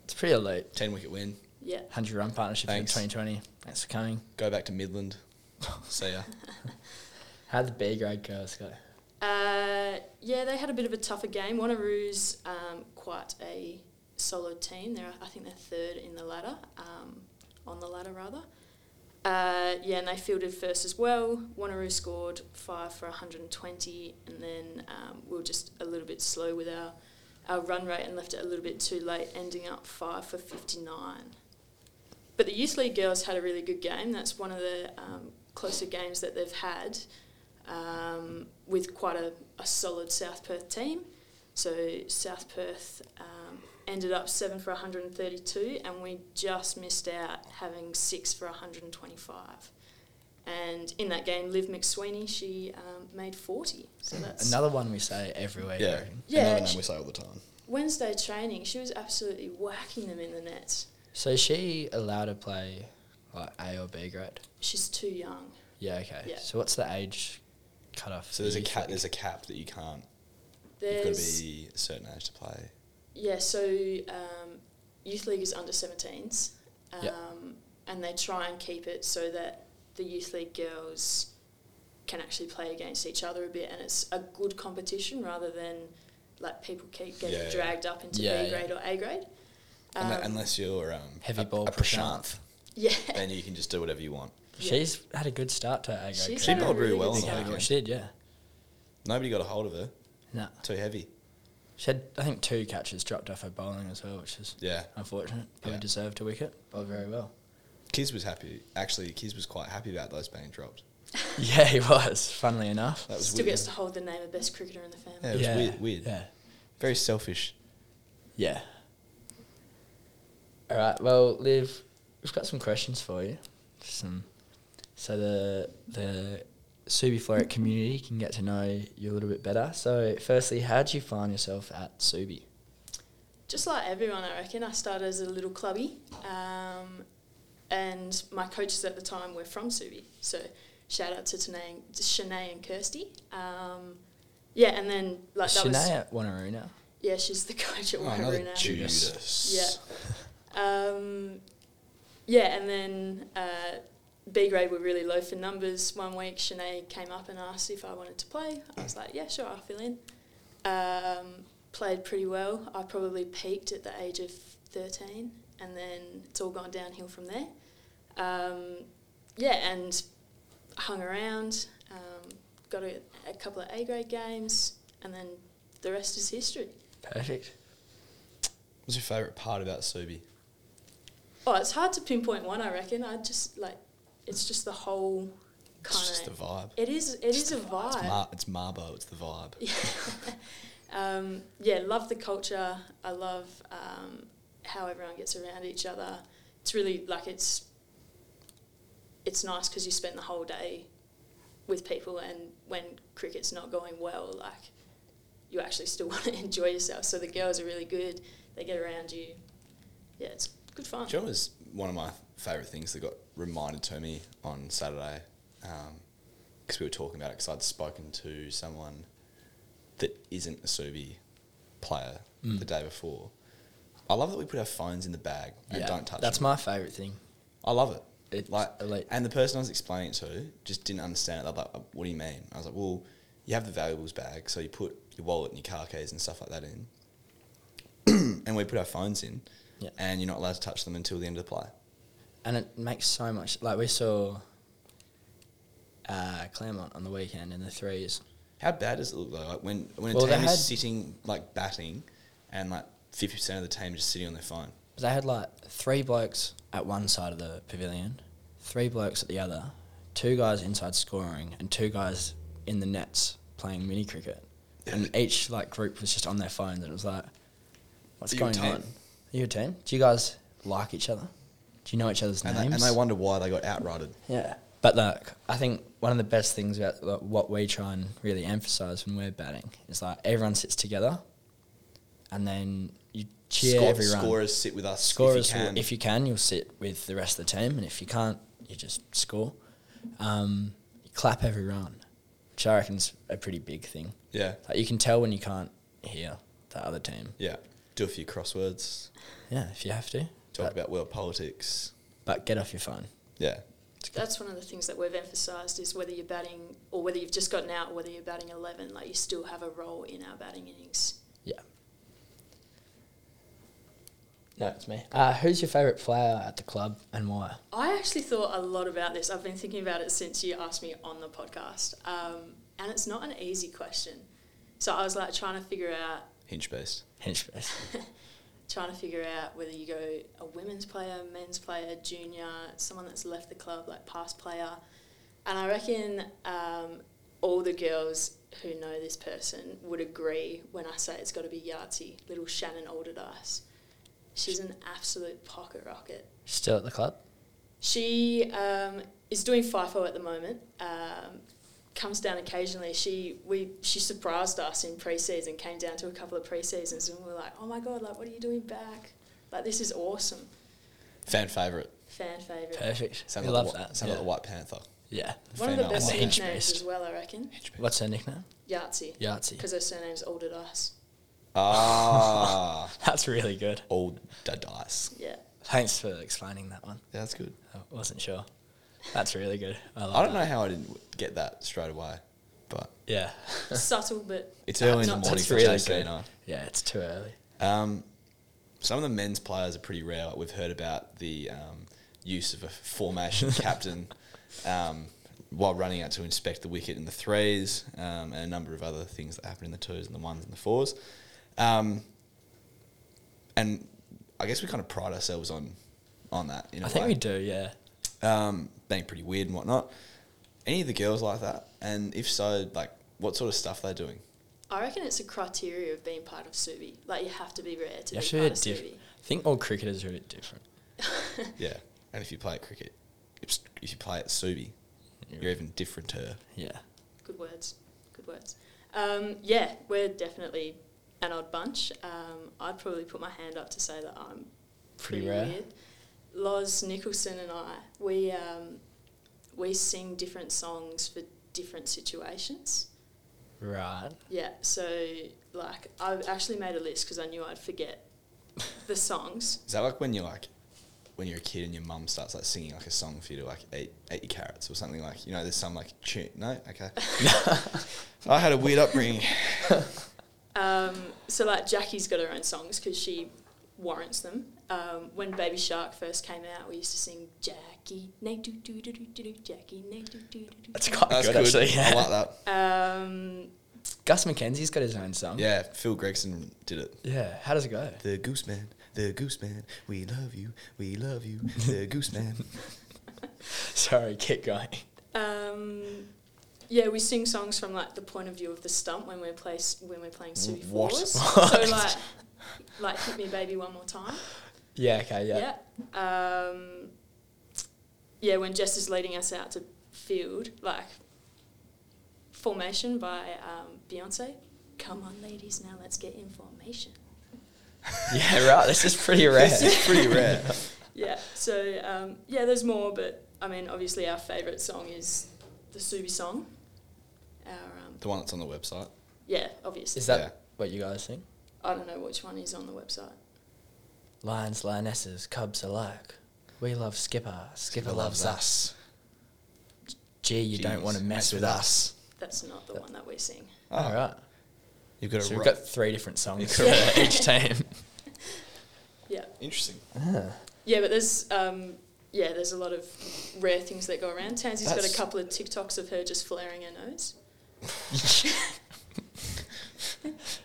[SPEAKER 2] It's pretty elite.
[SPEAKER 3] 10 wicket win.
[SPEAKER 4] Yeah,
[SPEAKER 2] 100 run partnership
[SPEAKER 3] Thanks.
[SPEAKER 2] in 2020. Thanks for coming.
[SPEAKER 3] Go back to Midland.
[SPEAKER 2] <laughs>
[SPEAKER 3] See ya.
[SPEAKER 2] How'd the B grade girls go?
[SPEAKER 4] uh, yeah, they had a bit of a tougher game. Wanneroo's um, quite a solid team. They're I think they're third in the ladder, um, on the ladder rather. Uh, yeah, and they fielded first as well. Wanneroo scored five for 120, and then um, we were just a little bit slow with our, our run rate and left it a little bit too late, ending up five for 59. But the Youth League girls had a really good game. That's one of the um, closer games that they've had um, with quite a, a solid South Perth team. So South Perth um, ended up seven for 132, and we just missed out having six for 125. And in that game, Liv McSweeney she um, made 40. So that's
[SPEAKER 2] Another one we say every week. I
[SPEAKER 3] Yeah.
[SPEAKER 2] reckon.
[SPEAKER 4] Yeah,
[SPEAKER 3] Another
[SPEAKER 4] sh-
[SPEAKER 3] name we say all the time.
[SPEAKER 4] Wednesday training. She was absolutely whacking them in the net.
[SPEAKER 2] So is she allowed to play like A or B grade?
[SPEAKER 4] She's too young.
[SPEAKER 2] Yeah, okay.
[SPEAKER 4] Yeah.
[SPEAKER 2] So what's the age cutoff?
[SPEAKER 3] So there's
[SPEAKER 2] for
[SPEAKER 3] a
[SPEAKER 2] youth
[SPEAKER 3] cap.
[SPEAKER 2] league?
[SPEAKER 3] There's a cap that you can't. You've got to
[SPEAKER 4] There's
[SPEAKER 3] be a certain age to play.
[SPEAKER 4] Yeah, so um, youth league is under 17s, um,
[SPEAKER 2] Yep.
[SPEAKER 4] and they try and keep it so that the youth league girls can actually play against each other a bit, and it's a good competition rather than like people keep getting
[SPEAKER 3] Yeah, yeah.
[SPEAKER 4] dragged up into
[SPEAKER 2] Yeah,
[SPEAKER 4] B
[SPEAKER 2] yeah.
[SPEAKER 4] grade or A grade. <laughs>
[SPEAKER 3] Unle-
[SPEAKER 4] Um,
[SPEAKER 3] unless you're um,
[SPEAKER 2] Heavy
[SPEAKER 3] a,
[SPEAKER 2] ball
[SPEAKER 3] a
[SPEAKER 2] Prashanth.
[SPEAKER 3] Prashanth,
[SPEAKER 4] Yeah,
[SPEAKER 3] then you can just do whatever you want.
[SPEAKER 2] She's had a good start to her A grade.
[SPEAKER 4] she's
[SPEAKER 3] She
[SPEAKER 2] career.
[SPEAKER 4] had a
[SPEAKER 3] bowled really
[SPEAKER 4] really
[SPEAKER 3] well
[SPEAKER 4] good
[SPEAKER 3] on
[SPEAKER 2] Yeah,
[SPEAKER 3] that
[SPEAKER 4] start.
[SPEAKER 3] weekend.
[SPEAKER 2] she did, yeah.
[SPEAKER 3] Nobody got a hold of her.
[SPEAKER 2] No.
[SPEAKER 3] Too heavy.
[SPEAKER 2] She had, I think, two catches dropped off her bowling as well, which is
[SPEAKER 3] Yeah.
[SPEAKER 2] unfortunate. Probably
[SPEAKER 3] Yeah.
[SPEAKER 2] deserved a wicket. Bowled very well.
[SPEAKER 3] Kiz was happy. Actually, Kiz was quite happy about those being dropped.
[SPEAKER 2] <laughs> yeah, he was, funnily enough.
[SPEAKER 3] That was
[SPEAKER 4] Still
[SPEAKER 3] weird.
[SPEAKER 4] gets to hold the name of best cricketer in the family.
[SPEAKER 3] Yeah, it was weird. weird.
[SPEAKER 2] Yeah.
[SPEAKER 3] Very selfish.
[SPEAKER 2] Yeah. All right. Well, Liv, we've got some questions for you. Some. So the the Subi Floric community can get to know you a little bit better. So, firstly, how did you find yourself at Subi?
[SPEAKER 4] just like everyone, I reckon, I started as a little clubby, um, and my coaches at the time were from Subi. So shout out to Tanae, to Shanae and Kirsty. Um, yeah, and then like that
[SPEAKER 2] Shanae
[SPEAKER 4] was
[SPEAKER 2] at Wanneroo now.
[SPEAKER 4] yeah, she's the coach at
[SPEAKER 3] Oh, another
[SPEAKER 4] Wanneroo now.
[SPEAKER 3] Judas.
[SPEAKER 4] Yeah. Um, yeah, and then uh, B grade were really low for numbers. One week, Shanae came up and asked if I wanted to play. I was like, yeah, sure, I'll fill in. Um, played pretty well. I probably peaked at the age of 13, and then it's all gone downhill from there. Um, yeah, and hung around, um, got a, a couple of A grade games, and then the rest is history.
[SPEAKER 2] Perfect.
[SPEAKER 3] What's your favourite part about Subi?
[SPEAKER 4] Oh, it's hard to pinpoint one. I reckon. I just like it's just the whole
[SPEAKER 3] It's
[SPEAKER 4] kind
[SPEAKER 3] just the
[SPEAKER 4] of.
[SPEAKER 3] vibe.
[SPEAKER 4] It is. It is a
[SPEAKER 3] It's,
[SPEAKER 4] <laughs> vibe.
[SPEAKER 3] Mar- it's Marbo. It's the vibe.
[SPEAKER 4] Um, yeah, love the culture. I love um, how everyone gets around each other. It's really like it's. It's nice because you spend the whole day with people, and when cricket's not going well, like you actually still <laughs> want to enjoy yourself. So the girls are really good. They get around you. Yeah, it's good fun.
[SPEAKER 3] Do you know what was one of my favourite things that got reminded to me on Saturday? Because we were talking about it, because I'd spoken to someone that isn't a Subi player
[SPEAKER 2] Mm.
[SPEAKER 3] the day before. I love that we put our phones in the bag and
[SPEAKER 2] yeah.
[SPEAKER 3] don't touch
[SPEAKER 2] That's
[SPEAKER 3] them.
[SPEAKER 2] my favourite thing.
[SPEAKER 3] I love it.
[SPEAKER 2] It's
[SPEAKER 3] Like,
[SPEAKER 2] elite.
[SPEAKER 3] and the person I was explaining it to just didn't understand it. They're like, "Uh, "What do you mean?" I was like, "Well, you have the valuables bag, so you put your wallet and your car keys and stuff like that in, <clears throat> and we put our phones in,
[SPEAKER 2] Yeah.
[SPEAKER 3] and you're not allowed to touch them until the end of the play."
[SPEAKER 2] And it makes so much. Like we saw uh, Claremont on the weekend in the threes.
[SPEAKER 3] How bad does it look though? Like when when a
[SPEAKER 2] Well, they
[SPEAKER 3] team
[SPEAKER 2] had-
[SPEAKER 3] is sitting like batting, and like fifty percent of the team just sitting on their phone.
[SPEAKER 2] They had like three blokes at one side of the pavilion, three blokes at the other, two guys inside scoring, and two guys in the nets playing mini cricket. And each like group was just on their phones, and it was like, "What's
[SPEAKER 3] Are you a
[SPEAKER 2] going
[SPEAKER 3] team?
[SPEAKER 2] on? Are you a team? Do you guys like each other? Do you know each other's
[SPEAKER 3] And they,
[SPEAKER 2] names?"
[SPEAKER 3] and they wonder why they got outrighted.
[SPEAKER 2] Yeah. But like, I think one of the best things about like, what we try and really emphasise when we're batting is like everyone sits together, and then you cheer
[SPEAKER 3] Score-
[SPEAKER 2] every run.
[SPEAKER 3] Scorers sit with us.
[SPEAKER 2] Scorers,
[SPEAKER 3] if you can.
[SPEAKER 2] will, if you can, you'll sit with the rest of the team, and if you can't, you just score. Um, you clap every run, which I reckon's a pretty big thing.
[SPEAKER 3] yeah,
[SPEAKER 2] Like you can tell when you can't hear the other team.
[SPEAKER 3] yeah. Do a few crosswords.
[SPEAKER 2] Yeah, if you have to.
[SPEAKER 3] Talk
[SPEAKER 2] but,
[SPEAKER 3] about world politics.
[SPEAKER 2] but get off your phone.
[SPEAKER 3] Yeah,
[SPEAKER 4] That's one of the things that we've emphasised is whether you're batting or whether you've just gotten out or whether you're batting 11, like you still have a role in our batting innings.
[SPEAKER 2] Yeah. No, it's me. Uh, who's your favourite player at the club and why?
[SPEAKER 4] I actually thought a lot about this. I've been thinking about it since you asked me on the podcast. Um, and it's not an easy question. So I was like trying to figure out
[SPEAKER 3] hinge based.
[SPEAKER 2] Hinchface.
[SPEAKER 4] trying to figure out whether you go a women's player, men's player, junior, someone that's left the club, like past player. And I reckon um, all the girls who know this person would agree when I say it's got to be Yahtzee, little Shannon Alderdice. She's an absolute pocket rocket.
[SPEAKER 2] Still at the club?
[SPEAKER 4] She um, is doing FIFO at the moment. Um, comes down occasionally. She we she surprised us in pre-season. Came down to a couple of pre-seasons and we were like, "Oh my god! Like, what are you doing back? Like, this is awesome."
[SPEAKER 3] Fan favorite.
[SPEAKER 4] Fan favorite.
[SPEAKER 2] Perfect.
[SPEAKER 3] Sounds
[SPEAKER 2] we
[SPEAKER 3] like
[SPEAKER 2] love
[SPEAKER 3] the, Whi-
[SPEAKER 2] that.
[SPEAKER 3] Sounds
[SPEAKER 2] yeah.
[SPEAKER 3] like the White Panther.
[SPEAKER 2] yeah.
[SPEAKER 4] One of the
[SPEAKER 3] Female
[SPEAKER 4] best
[SPEAKER 2] one.
[SPEAKER 4] nicknames
[SPEAKER 2] Hinge-based.
[SPEAKER 4] as well, I reckon.
[SPEAKER 2] What's her nickname? <laughs>
[SPEAKER 4] Yahtzee.
[SPEAKER 2] Yahtzee.
[SPEAKER 4] Because her surname's Alderdice.
[SPEAKER 3] Ah, <laughs>
[SPEAKER 2] That's really good.
[SPEAKER 3] old da dice.
[SPEAKER 4] Yeah.
[SPEAKER 2] Thanks for explaining that one.
[SPEAKER 3] Yeah, that's good.
[SPEAKER 2] I wasn't sure. That's really good. I, love
[SPEAKER 3] I don't
[SPEAKER 2] that.
[SPEAKER 3] know how I didn't get that straight away, but
[SPEAKER 2] Yeah.
[SPEAKER 4] Subtle, but
[SPEAKER 3] <laughs> it's early in the
[SPEAKER 4] That's
[SPEAKER 3] morning for
[SPEAKER 2] really
[SPEAKER 3] JC
[SPEAKER 2] good.
[SPEAKER 3] and I.
[SPEAKER 2] Yeah, it's too early.
[SPEAKER 3] Um, some of the men's players are pretty rare. Like, We've heard about the um, use of
[SPEAKER 2] <laughs>
[SPEAKER 3] a formation captain um, while running out to inspect the wicket in the threes, um, and a number of other things that happen in the twos and the ones and the fours. Um, and I guess we kind of pride ourselves on on that. In a
[SPEAKER 2] I think
[SPEAKER 3] way
[SPEAKER 2] we do, yeah.
[SPEAKER 3] um, being pretty weird and whatnot. Any of the girls like that? And if so, like what sort of stuff they're doing?
[SPEAKER 4] I reckon it's a criteria of being part of Subi. Like, you have to be rare to
[SPEAKER 2] You have
[SPEAKER 4] be
[SPEAKER 2] to be a
[SPEAKER 4] part of
[SPEAKER 2] diff-
[SPEAKER 4] Subi.
[SPEAKER 2] I think all cricketers are a bit different.
[SPEAKER 3] Yeah. And if you play at cricket, if, if you play at Subi, you're even different to her.
[SPEAKER 2] Yeah.
[SPEAKER 4] Good words. Good words. Um, yeah, we're definitely an odd bunch. Um, I'd probably put my hand up to say that I'm
[SPEAKER 2] Pretty
[SPEAKER 4] pretty,
[SPEAKER 2] rare.
[SPEAKER 4] weird. Loz Nicholson and I, we um, we sing different songs for different situations.
[SPEAKER 2] Right.
[SPEAKER 4] Yeah, so like I actually made a list because I knew I'd forget the songs.
[SPEAKER 3] Is that like when you're like when you're a kid and your mum starts like singing like a song for you to like eat, eat your carrots or something like you know there's some like tune no
[SPEAKER 2] <laughs>
[SPEAKER 3] okay I had a weird upbringing
[SPEAKER 4] Um, so like Jackie's got her own songs because she warrants them. Um, when Baby Shark first came out, we used to sing Jackie, nay do do do do do do, Jackie, nay do do do do.
[SPEAKER 2] That's
[SPEAKER 4] do."
[SPEAKER 2] quite
[SPEAKER 3] that's
[SPEAKER 2] good,
[SPEAKER 3] good,
[SPEAKER 2] actually. Yeah.
[SPEAKER 3] I like that
[SPEAKER 4] Um,
[SPEAKER 2] <laughs> Gus McKenzie's got his own song.
[SPEAKER 3] yeah Phil Gregson did it
[SPEAKER 2] Yeah. How does it go? <laughs>
[SPEAKER 3] The Goose Man, the Goose Man, we love you, we love you, the Goose Man.
[SPEAKER 2] Sorry, keep going.
[SPEAKER 4] um, yeah, we sing songs from like the point of view of the stump when we're play, when we're playing Suey
[SPEAKER 3] What? <laughs>
[SPEAKER 4] fours. So like, like hit me baby one more time.
[SPEAKER 2] Yeah, okay, yeah.
[SPEAKER 4] Yeah. Um, yeah, when Jess is leading us out to field, like formation by um, Beyonce. Come on, ladies, now let's get in formation.
[SPEAKER 2] <laughs> Yeah, right. This is
[SPEAKER 3] <laughs>
[SPEAKER 2] pretty rare.
[SPEAKER 3] This is
[SPEAKER 2] <laughs>
[SPEAKER 3] pretty rare.
[SPEAKER 4] Yeah. <laughs> So um, yeah, there's more, but I mean, obviously, our favourite song is the Subi song. Our um,
[SPEAKER 3] the one that's on the website.
[SPEAKER 4] yeah, obviously.
[SPEAKER 2] is that
[SPEAKER 3] Yeah.
[SPEAKER 2] what you guys think?
[SPEAKER 4] I don't know which one is on the website.
[SPEAKER 2] Lions, lionesses, cubs alike. We love Skipper. Skipper, loves, us.
[SPEAKER 3] us.
[SPEAKER 2] Gee, you don't
[SPEAKER 3] Jeez,
[SPEAKER 2] want to mess with us.
[SPEAKER 4] That's not the one that we sing.
[SPEAKER 3] Oh.
[SPEAKER 2] All right.
[SPEAKER 3] You've got
[SPEAKER 2] So
[SPEAKER 3] a
[SPEAKER 2] we've
[SPEAKER 3] ru-
[SPEAKER 2] got three different songs for
[SPEAKER 4] Correct.
[SPEAKER 2] each team.
[SPEAKER 4] Yeah.
[SPEAKER 3] interesting.
[SPEAKER 4] Yeah, but there's um, yeah, there's a lot of rare things that go around. Tansy's got
[SPEAKER 3] That's-
[SPEAKER 4] a couple of TikToks of her just flaring her nose.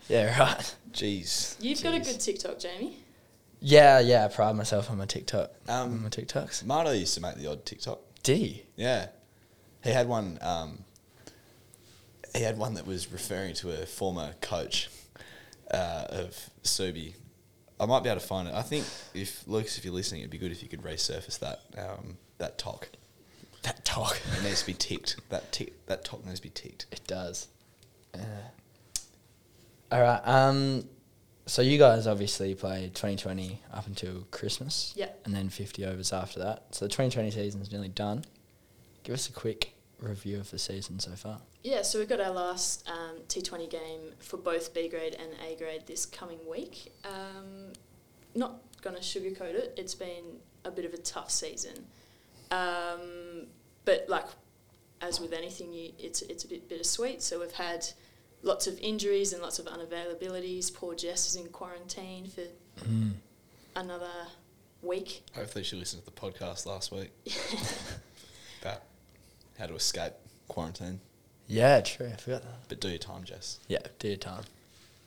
[SPEAKER 2] Yeah, right.
[SPEAKER 3] Jeez.
[SPEAKER 4] You've got a
[SPEAKER 3] Jeez.
[SPEAKER 4] good TikTok, Jamie.
[SPEAKER 2] Yeah, yeah. I pride myself on my TikTok.
[SPEAKER 3] Um,
[SPEAKER 2] on my TikToks.
[SPEAKER 3] Mardo used to make the odd TikTok.
[SPEAKER 2] D.
[SPEAKER 3] Yeah, he had one. Um, he had one that was referring to a former coach uh, of Subi. I might be able to find it. I think if Lucas, if you're listening, it'd be good if you could resurface that um, that talk.
[SPEAKER 2] That talk.
[SPEAKER 3] It needs to be ticked. That tick. That talk needs to be ticked.
[SPEAKER 2] It does. Uh, all right. Um, so you guys obviously play 2020 up until Christmas.
[SPEAKER 4] Yep.
[SPEAKER 2] And then 50 overs after that. So the 2020 season's nearly done. Give us a quick review of the season so far.
[SPEAKER 4] Yeah, so we've got our last um, T20 game for both B grade and A grade this coming week. Um, not going to sugarcoat it, it's been a bit of a tough season. Um, but, like, as with anything, you, it's, it's a bit bittersweet. So, we've had lots of injuries and lots of unavailabilities. Poor Jess is in quarantine for another week.
[SPEAKER 3] Hopefully, she listened to the podcast last week about how to escape quarantine.
[SPEAKER 2] Yeah, true. I forgot that.
[SPEAKER 3] But do your time, Jess.
[SPEAKER 2] Yeah, do your time.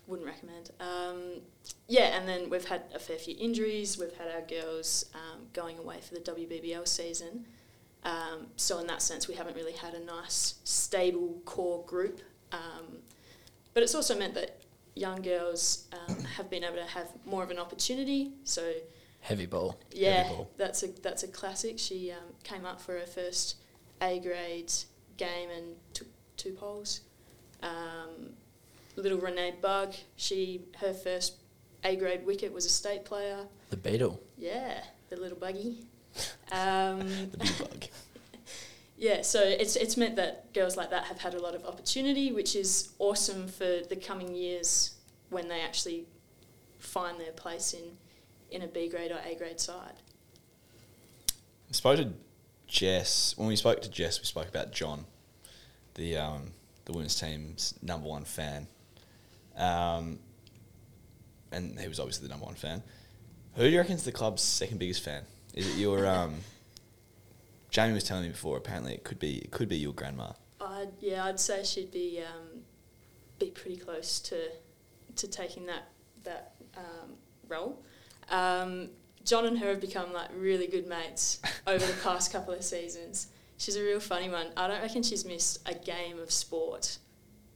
[SPEAKER 4] wouldn't recommend. Um, yeah, and then we've had a fair few injuries. We've had our girls um, going away for the WBBL season. Um, so in that sense, we haven't really had a nice, stable core group. Um, but it's also meant that young girls um, have been able to have more of an opportunity. So
[SPEAKER 2] Heavy ball.
[SPEAKER 4] yeah,
[SPEAKER 3] Heavy ball.
[SPEAKER 4] that's a that's a classic. She um, came up for her first A grade game and took two poles. Um, little Renee Bug, she her first A grade wicket was a state player.
[SPEAKER 2] The Beetle.
[SPEAKER 4] Yeah, the little buggy. Um,
[SPEAKER 3] The big bug.
[SPEAKER 4] yeah, so it's it's meant that girls like that have had a lot of opportunity, which is awesome for the coming years when they actually find their place in in a B grade or A grade side.
[SPEAKER 3] I spoke to Jess. When we spoke to Jess, we spoke about John, the um, the women's team's number one fan, um, and he was obviously the number one fan. Who do you reckon's the club's second biggest fan? Is it your? Um, Jamie was telling me before. Apparently, it could be it could be your grandma.
[SPEAKER 4] I'd, yeah, I'd say she'd be um, be pretty close to to taking that that um, role. Um, John and her have become like really good mates over the past couple of seasons. She's a real funny one. I don't reckon she's missed a game of sport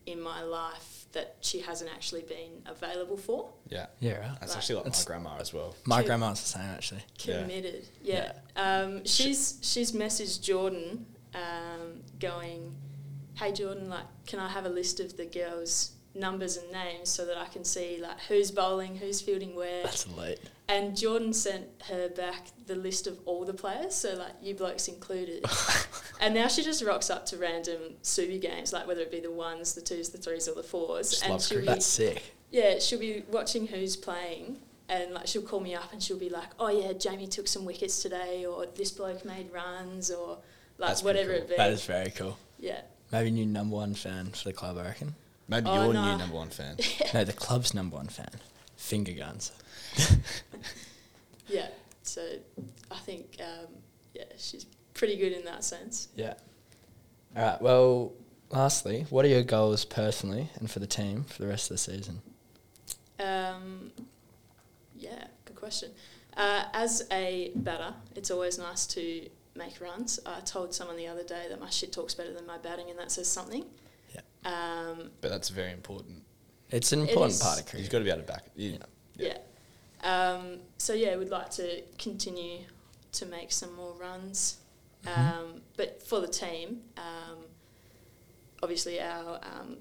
[SPEAKER 4] in my life that she hasn't actually been available for.
[SPEAKER 3] Yeah,
[SPEAKER 2] Yeah, right.
[SPEAKER 3] that's
[SPEAKER 4] Right.
[SPEAKER 3] actually like
[SPEAKER 2] That's-
[SPEAKER 3] my grandma as well.
[SPEAKER 2] My
[SPEAKER 4] Two.
[SPEAKER 2] grandma's the same, actually.
[SPEAKER 3] Yeah.
[SPEAKER 4] committed. Yeah. Um, she's she's messaged Jordan, um, going, "Hey Jordan, like, can I have a list of the girls' numbers and names so that I can see like who's bowling, who's fielding where?"
[SPEAKER 2] That's elite.
[SPEAKER 4] And Jordan sent her back the list of all the players, so like you blokes included. and now she just rocks up to random Subi games, like whether it be the ones, the twos, the threes, or the fours,
[SPEAKER 3] Just
[SPEAKER 4] and
[SPEAKER 3] loves
[SPEAKER 4] she'll be
[SPEAKER 2] That's sick.
[SPEAKER 4] yeah, she'll be watching who's playing, and like she'll call me up and she'll be like, "Oh yeah, Jamie took some wickets today, or this bloke made runs, or like
[SPEAKER 3] That's pretty
[SPEAKER 4] whatever it be."
[SPEAKER 2] That is very cool.
[SPEAKER 4] yeah,
[SPEAKER 2] Maybe new number one fan for the club, I
[SPEAKER 4] <laughs>
[SPEAKER 2] reckon.
[SPEAKER 3] Maybe
[SPEAKER 4] Oh,
[SPEAKER 3] your
[SPEAKER 4] nah.
[SPEAKER 3] new number one fan.
[SPEAKER 2] no, the club's number one fan. Finger guns.
[SPEAKER 4] yeah. So I think um, yeah, she's pretty good in that sense.
[SPEAKER 2] Yeah. All right. Well, lastly, what are your goals personally and for the team for the rest of the season?
[SPEAKER 4] Um, yeah, good question. Uh, as a batter, it's always nice to make runs. I told someone the other day that my shit talk's better than my batting, and that says something.
[SPEAKER 2] Yeah.
[SPEAKER 4] Um,
[SPEAKER 3] But that's very important.
[SPEAKER 2] It's an
[SPEAKER 4] It
[SPEAKER 2] important
[SPEAKER 4] is-
[SPEAKER 2] part of
[SPEAKER 3] You've
[SPEAKER 2] cricket.
[SPEAKER 3] got to be able to back. You,
[SPEAKER 4] Yeah. Um, so yeah, we'd like to continue to make some more runs, um, but for the team, um, obviously our, um,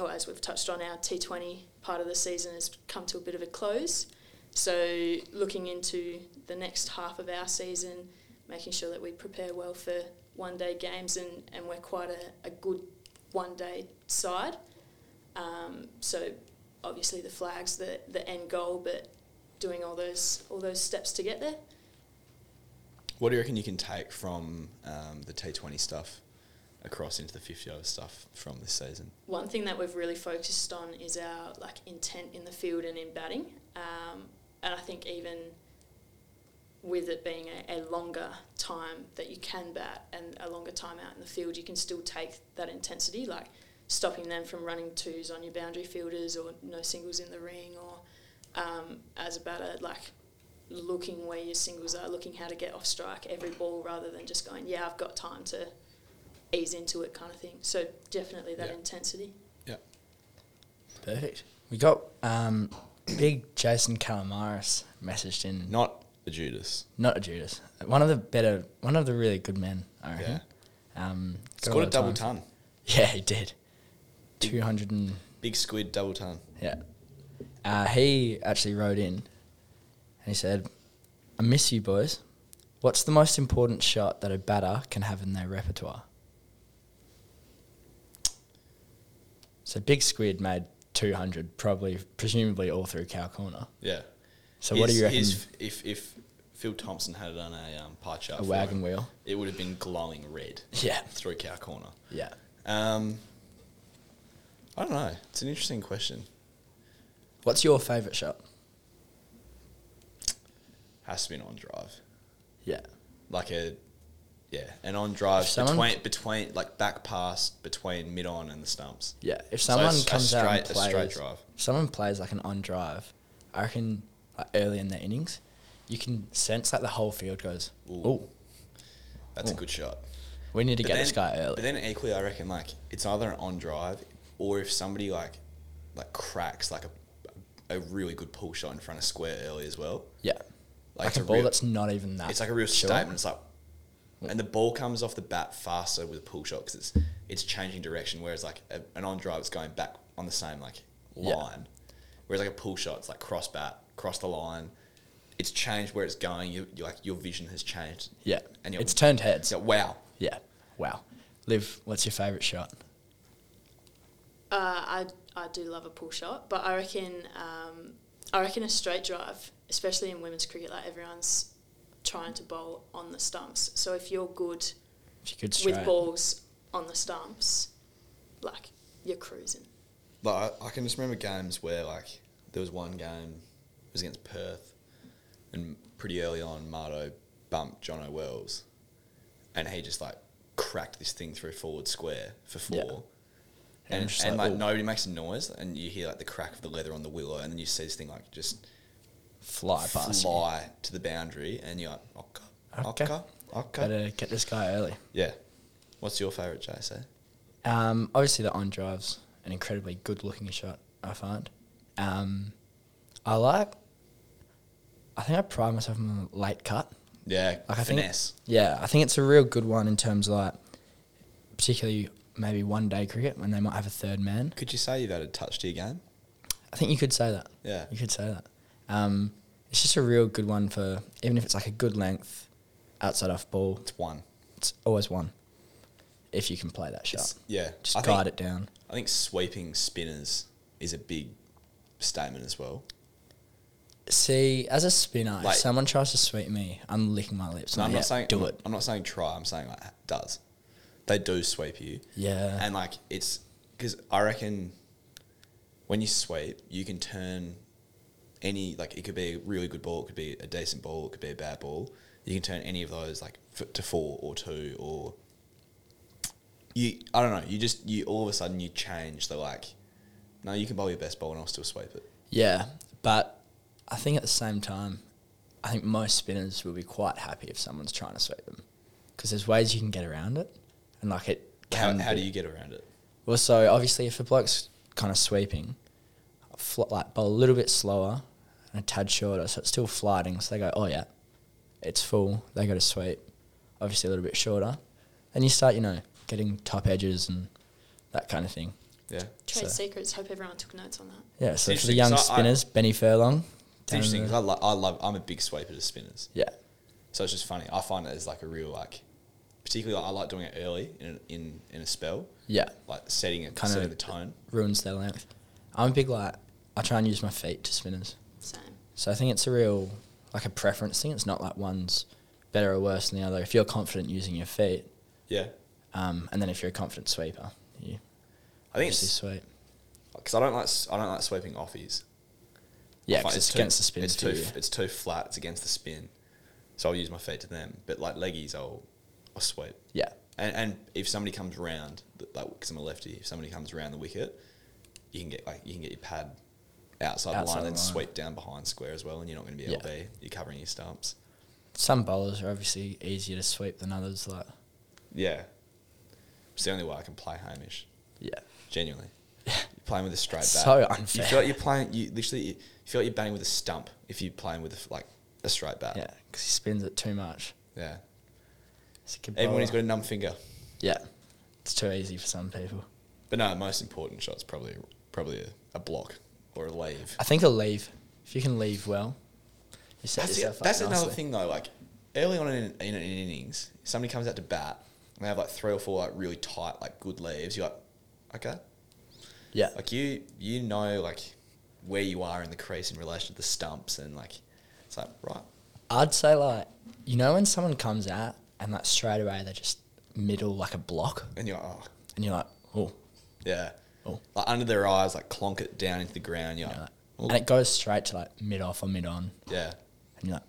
[SPEAKER 4] or as we've touched on, our T Twenty part of the season has come to a bit of a close. So looking into the next half of our season, making sure that we prepare well for one day games, and, and we're quite a, a good one day side. Um, so obviously the flags the the end goal, but doing all those all those steps to get there.
[SPEAKER 3] What do you reckon you can take from um, the T20 stuff across into the 50 over stuff from this season?
[SPEAKER 4] One thing that we've really focused on is our like intent in the field and in batting, um, and I think even with it being a, a longer time that you can bat and a longer time out in the field, you can still take that intensity, like stopping them from running twos on your boundary fielders or no singles in the ring, or um, as a batter, like looking where your singles are, looking how to get off strike every ball rather than just going, yeah, I've got time to ease into it kind of thing. So definitely that
[SPEAKER 3] Yeah.
[SPEAKER 4] intensity.
[SPEAKER 2] Perfect. We got um, big Jason Calamaris messaged in. Not,
[SPEAKER 3] Not a Judas.
[SPEAKER 2] a Judas. One of the better, one of the really good men, I reckon. Um, got
[SPEAKER 3] Scored a
[SPEAKER 2] lot of
[SPEAKER 3] double
[SPEAKER 2] time.
[SPEAKER 3] ton.
[SPEAKER 2] <laughs> Yeah, he did. 200 and,
[SPEAKER 3] Big squid, double ton.
[SPEAKER 2] yeah. Uh, he actually wrote in and he said, I miss you boys. What's the most important shot that a batter can have in their repertoire? So Big Squid made 200, probably, presumably all through Cow Corner.
[SPEAKER 3] Yeah.
[SPEAKER 2] So what do
[SPEAKER 3] His-
[SPEAKER 2] you reckon?
[SPEAKER 3] his- if, if Phil Thompson had it on a um, pie chart,
[SPEAKER 2] a
[SPEAKER 3] for
[SPEAKER 2] wagon
[SPEAKER 3] him,
[SPEAKER 2] wheel?
[SPEAKER 3] it would have been glowing red
[SPEAKER 2] Yeah,
[SPEAKER 3] through cow corner.
[SPEAKER 2] yeah.
[SPEAKER 3] Um, I don't know. It's an interesting question.
[SPEAKER 2] What's your favourite shot?
[SPEAKER 3] Has to be an on drive.
[SPEAKER 2] Yeah.
[SPEAKER 3] like a yeah, an on drive
[SPEAKER 2] If someone-
[SPEAKER 3] between between like back pass between mid on and the stumps.
[SPEAKER 2] Yeah, if
[SPEAKER 3] So
[SPEAKER 2] someone
[SPEAKER 3] it's a
[SPEAKER 2] comes out and
[SPEAKER 3] straight- a
[SPEAKER 2] plays,
[SPEAKER 3] straight drive.
[SPEAKER 2] if someone plays like an on drive, I reckon like early in the innings, you can sense like the whole field goes,
[SPEAKER 3] Ooh.
[SPEAKER 2] "Oh,
[SPEAKER 3] That's
[SPEAKER 2] Ooh.
[SPEAKER 3] a good shot.
[SPEAKER 2] we need to
[SPEAKER 3] But
[SPEAKER 2] get
[SPEAKER 3] then-
[SPEAKER 2] this guy early."
[SPEAKER 3] But then equally, I reckon like it's either an on drive or if somebody like like cracks like a a really good pull shot in front of square early as well.
[SPEAKER 2] yeah, like,
[SPEAKER 3] it's
[SPEAKER 2] a ball
[SPEAKER 3] real-
[SPEAKER 2] that's not even that.
[SPEAKER 3] It's like a real
[SPEAKER 2] short.
[SPEAKER 3] statement. It's like, and the ball comes off the bat faster with a pull shot because it's it's changing direction. Whereas like a, an on drive, it's going back on the same like
[SPEAKER 2] Yeah.
[SPEAKER 3] line. Whereas like a pull shot, it's like cross bat, cross the line. It's changed where it's going. You, you like your vision has changed.
[SPEAKER 2] Yeah,
[SPEAKER 3] and you're,
[SPEAKER 2] it's turned heads.
[SPEAKER 3] it's like, wow.
[SPEAKER 2] Yeah, wow. Liv, what's your favourite shot?
[SPEAKER 4] Uh, I I do love a pull shot, but I reckon um, I reckon a straight drive, especially in women's cricket, like everyone's trying to bowl on the stumps. So if you're good
[SPEAKER 2] If you could straight.
[SPEAKER 4] with balls on the stumps, like you're cruising.
[SPEAKER 3] Like I, I can just remember games where like there was one game it was against Perth, and pretty early on, Mardo bumped John O'Wells, and he just like cracked this thing through forward square for four.
[SPEAKER 2] Yeah.
[SPEAKER 3] And,
[SPEAKER 2] I'm just
[SPEAKER 3] and like,
[SPEAKER 2] "Ooh,
[SPEAKER 3] nobody makes a noise, and you hear like the crack of the leather on the willow, and then you see this thing like just
[SPEAKER 2] fly past. you.
[SPEAKER 3] fly to the boundary, and you're like, okay,
[SPEAKER 2] Okay.
[SPEAKER 3] okay, okay.
[SPEAKER 2] Better get this guy early.
[SPEAKER 3] Yeah. What's your favourite, JC?
[SPEAKER 2] Um, obviously, the on drive's an incredibly good looking shot, I find. Um, I like, I think I pride myself on the late cut.
[SPEAKER 3] Yeah,
[SPEAKER 2] Like I think-
[SPEAKER 3] finesse.
[SPEAKER 2] Yeah, I think it's a real good one in terms of like, particularly maybe one day cricket when they might have a third man.
[SPEAKER 3] Could you say you've added touch to your game?
[SPEAKER 2] I think you could say that.
[SPEAKER 3] Yeah.
[SPEAKER 2] You could say that. Um, it's just a real good one for, even if it's like a good length outside off ball,
[SPEAKER 3] It's one.
[SPEAKER 2] it's always one if you can play that shot.
[SPEAKER 3] It's- yeah.
[SPEAKER 2] just
[SPEAKER 3] I think-
[SPEAKER 2] guide it down.
[SPEAKER 3] I think sweeping spinners is a big statement as well.
[SPEAKER 2] See, as a spinner, if
[SPEAKER 3] Like-
[SPEAKER 2] someone tries to sweep me, I'm licking my lips.
[SPEAKER 3] No, I'm
[SPEAKER 2] I'm
[SPEAKER 3] not saying
[SPEAKER 2] Oh, do
[SPEAKER 3] I'm,
[SPEAKER 2] it.
[SPEAKER 3] I'm not saying try. I'm saying like does. They do sweep you,
[SPEAKER 2] Yeah.
[SPEAKER 3] and like it's because I reckon when you sweep, you can turn any like it could be a really good ball, it could be a decent ball, it could be a bad ball. You can turn any of those like f- to four or two or you. I don't know. You just you all of a sudden you change the like. No, you can bowl your best ball and I'll still sweep it.
[SPEAKER 2] yeah, but I think at the same time, I think most spinners will be quite happy if someone's trying to sweep them because there's ways you can get around it, and like it
[SPEAKER 3] How,
[SPEAKER 2] can.
[SPEAKER 3] how
[SPEAKER 2] be-
[SPEAKER 3] do you get around it?
[SPEAKER 2] Well, so obviously, if a bloke's kind of sweeping, fl- like bowl a little bit slower and a tad shorter, so it's still flighting. So they go, oh yeah, it's full. They go to sweep, obviously a little bit shorter, and you start, you know, getting top edges and that kind of thing.
[SPEAKER 3] Yeah.
[SPEAKER 4] Trade
[SPEAKER 2] So-
[SPEAKER 4] secrets. Hope everyone took notes on that.
[SPEAKER 2] Yeah. So for the
[SPEAKER 3] interesting,
[SPEAKER 2] young
[SPEAKER 3] 'cause I- I-
[SPEAKER 2] spinners, Benny Furlong.
[SPEAKER 3] It's
[SPEAKER 2] down in
[SPEAKER 3] interesting
[SPEAKER 2] the-
[SPEAKER 3] 'cause I, lo- I love. I'm a big sweeper to spinners,
[SPEAKER 2] yeah.
[SPEAKER 3] so it's just funny. I find it as like a real like, particularly like, I like doing it early in a, in in a spell,
[SPEAKER 2] Yeah.
[SPEAKER 3] like setting it,
[SPEAKER 2] Kinda-
[SPEAKER 3] setting the tone.
[SPEAKER 2] Ruins their length. I'm a big like. I try and use my feet to spinners.
[SPEAKER 4] Same.
[SPEAKER 2] So I think it's a real like a preference thing. It's not like one's better or worse than the other. If you're confident using your feet,
[SPEAKER 3] Yeah.
[SPEAKER 2] um, and then if you're a confident sweeper, you
[SPEAKER 3] I think
[SPEAKER 2] obviously
[SPEAKER 3] it's
[SPEAKER 2] sweep.
[SPEAKER 3] because I don't like s- I don't like sweeping offies. I
[SPEAKER 2] Yeah,
[SPEAKER 3] find
[SPEAKER 2] because it's, against the spin
[SPEAKER 3] It's
[SPEAKER 2] too.
[SPEAKER 3] too f- it's too flat. It's against the spin, so I'll use my feet to them. But like leggies, I'll I'll sweep.
[SPEAKER 2] yeah,
[SPEAKER 3] And, and if somebody comes round, th- like because I'm a lefty, if somebody comes round the wicket, you can get like you can get your pad outside, the
[SPEAKER 2] Outside
[SPEAKER 3] line and
[SPEAKER 2] the
[SPEAKER 3] then
[SPEAKER 2] line.
[SPEAKER 3] sweep down behind square as well, and you're not going to be
[SPEAKER 2] Yeah.
[SPEAKER 3] LB. You're covering your stumps.
[SPEAKER 2] some bowlers are obviously easier to sweep than others. Like
[SPEAKER 3] Yeah, it's the only way I can play Hamish.
[SPEAKER 2] yeah,
[SPEAKER 3] Genuinely, you're playing with a straight bat.
[SPEAKER 2] So
[SPEAKER 3] You
[SPEAKER 2] unfair.
[SPEAKER 3] feel like you're playing. You literally you feel like you're batting with a stump if you're playing with a, f- like a straight bat.
[SPEAKER 2] yeah, because he spins it too much.
[SPEAKER 3] yeah.
[SPEAKER 2] It's a good
[SPEAKER 3] Even when
[SPEAKER 2] bowler.
[SPEAKER 3] he's got a numb finger.
[SPEAKER 2] yeah, it's too easy for some people.
[SPEAKER 3] But no, most important shot's probably probably a, a block or a leave.
[SPEAKER 2] I think I'll leave if you can leave well. You set
[SPEAKER 3] That's,
[SPEAKER 2] yourself
[SPEAKER 3] it. That's
[SPEAKER 2] up
[SPEAKER 3] another
[SPEAKER 2] nicely.
[SPEAKER 3] thing though. Like early on in, in, in innings, somebody comes out to bat and they have like three or four like really tight like good leaves. You're like, okay,
[SPEAKER 2] Yeah,
[SPEAKER 3] like you you know like where you are in the crease in relation to the stumps and like it's like right,
[SPEAKER 2] I'd say like you know when someone comes out and like straight away they're just middle like a block,
[SPEAKER 3] and you're like, oh
[SPEAKER 2] and you're like oh,
[SPEAKER 3] yeah,
[SPEAKER 2] Oh.
[SPEAKER 3] like under their eyes, like clonk it down into the ground. You're
[SPEAKER 2] you know,
[SPEAKER 3] like,
[SPEAKER 2] like-
[SPEAKER 3] oh,
[SPEAKER 2] and it goes straight to like mid off or mid on,
[SPEAKER 3] yeah,
[SPEAKER 2] and you're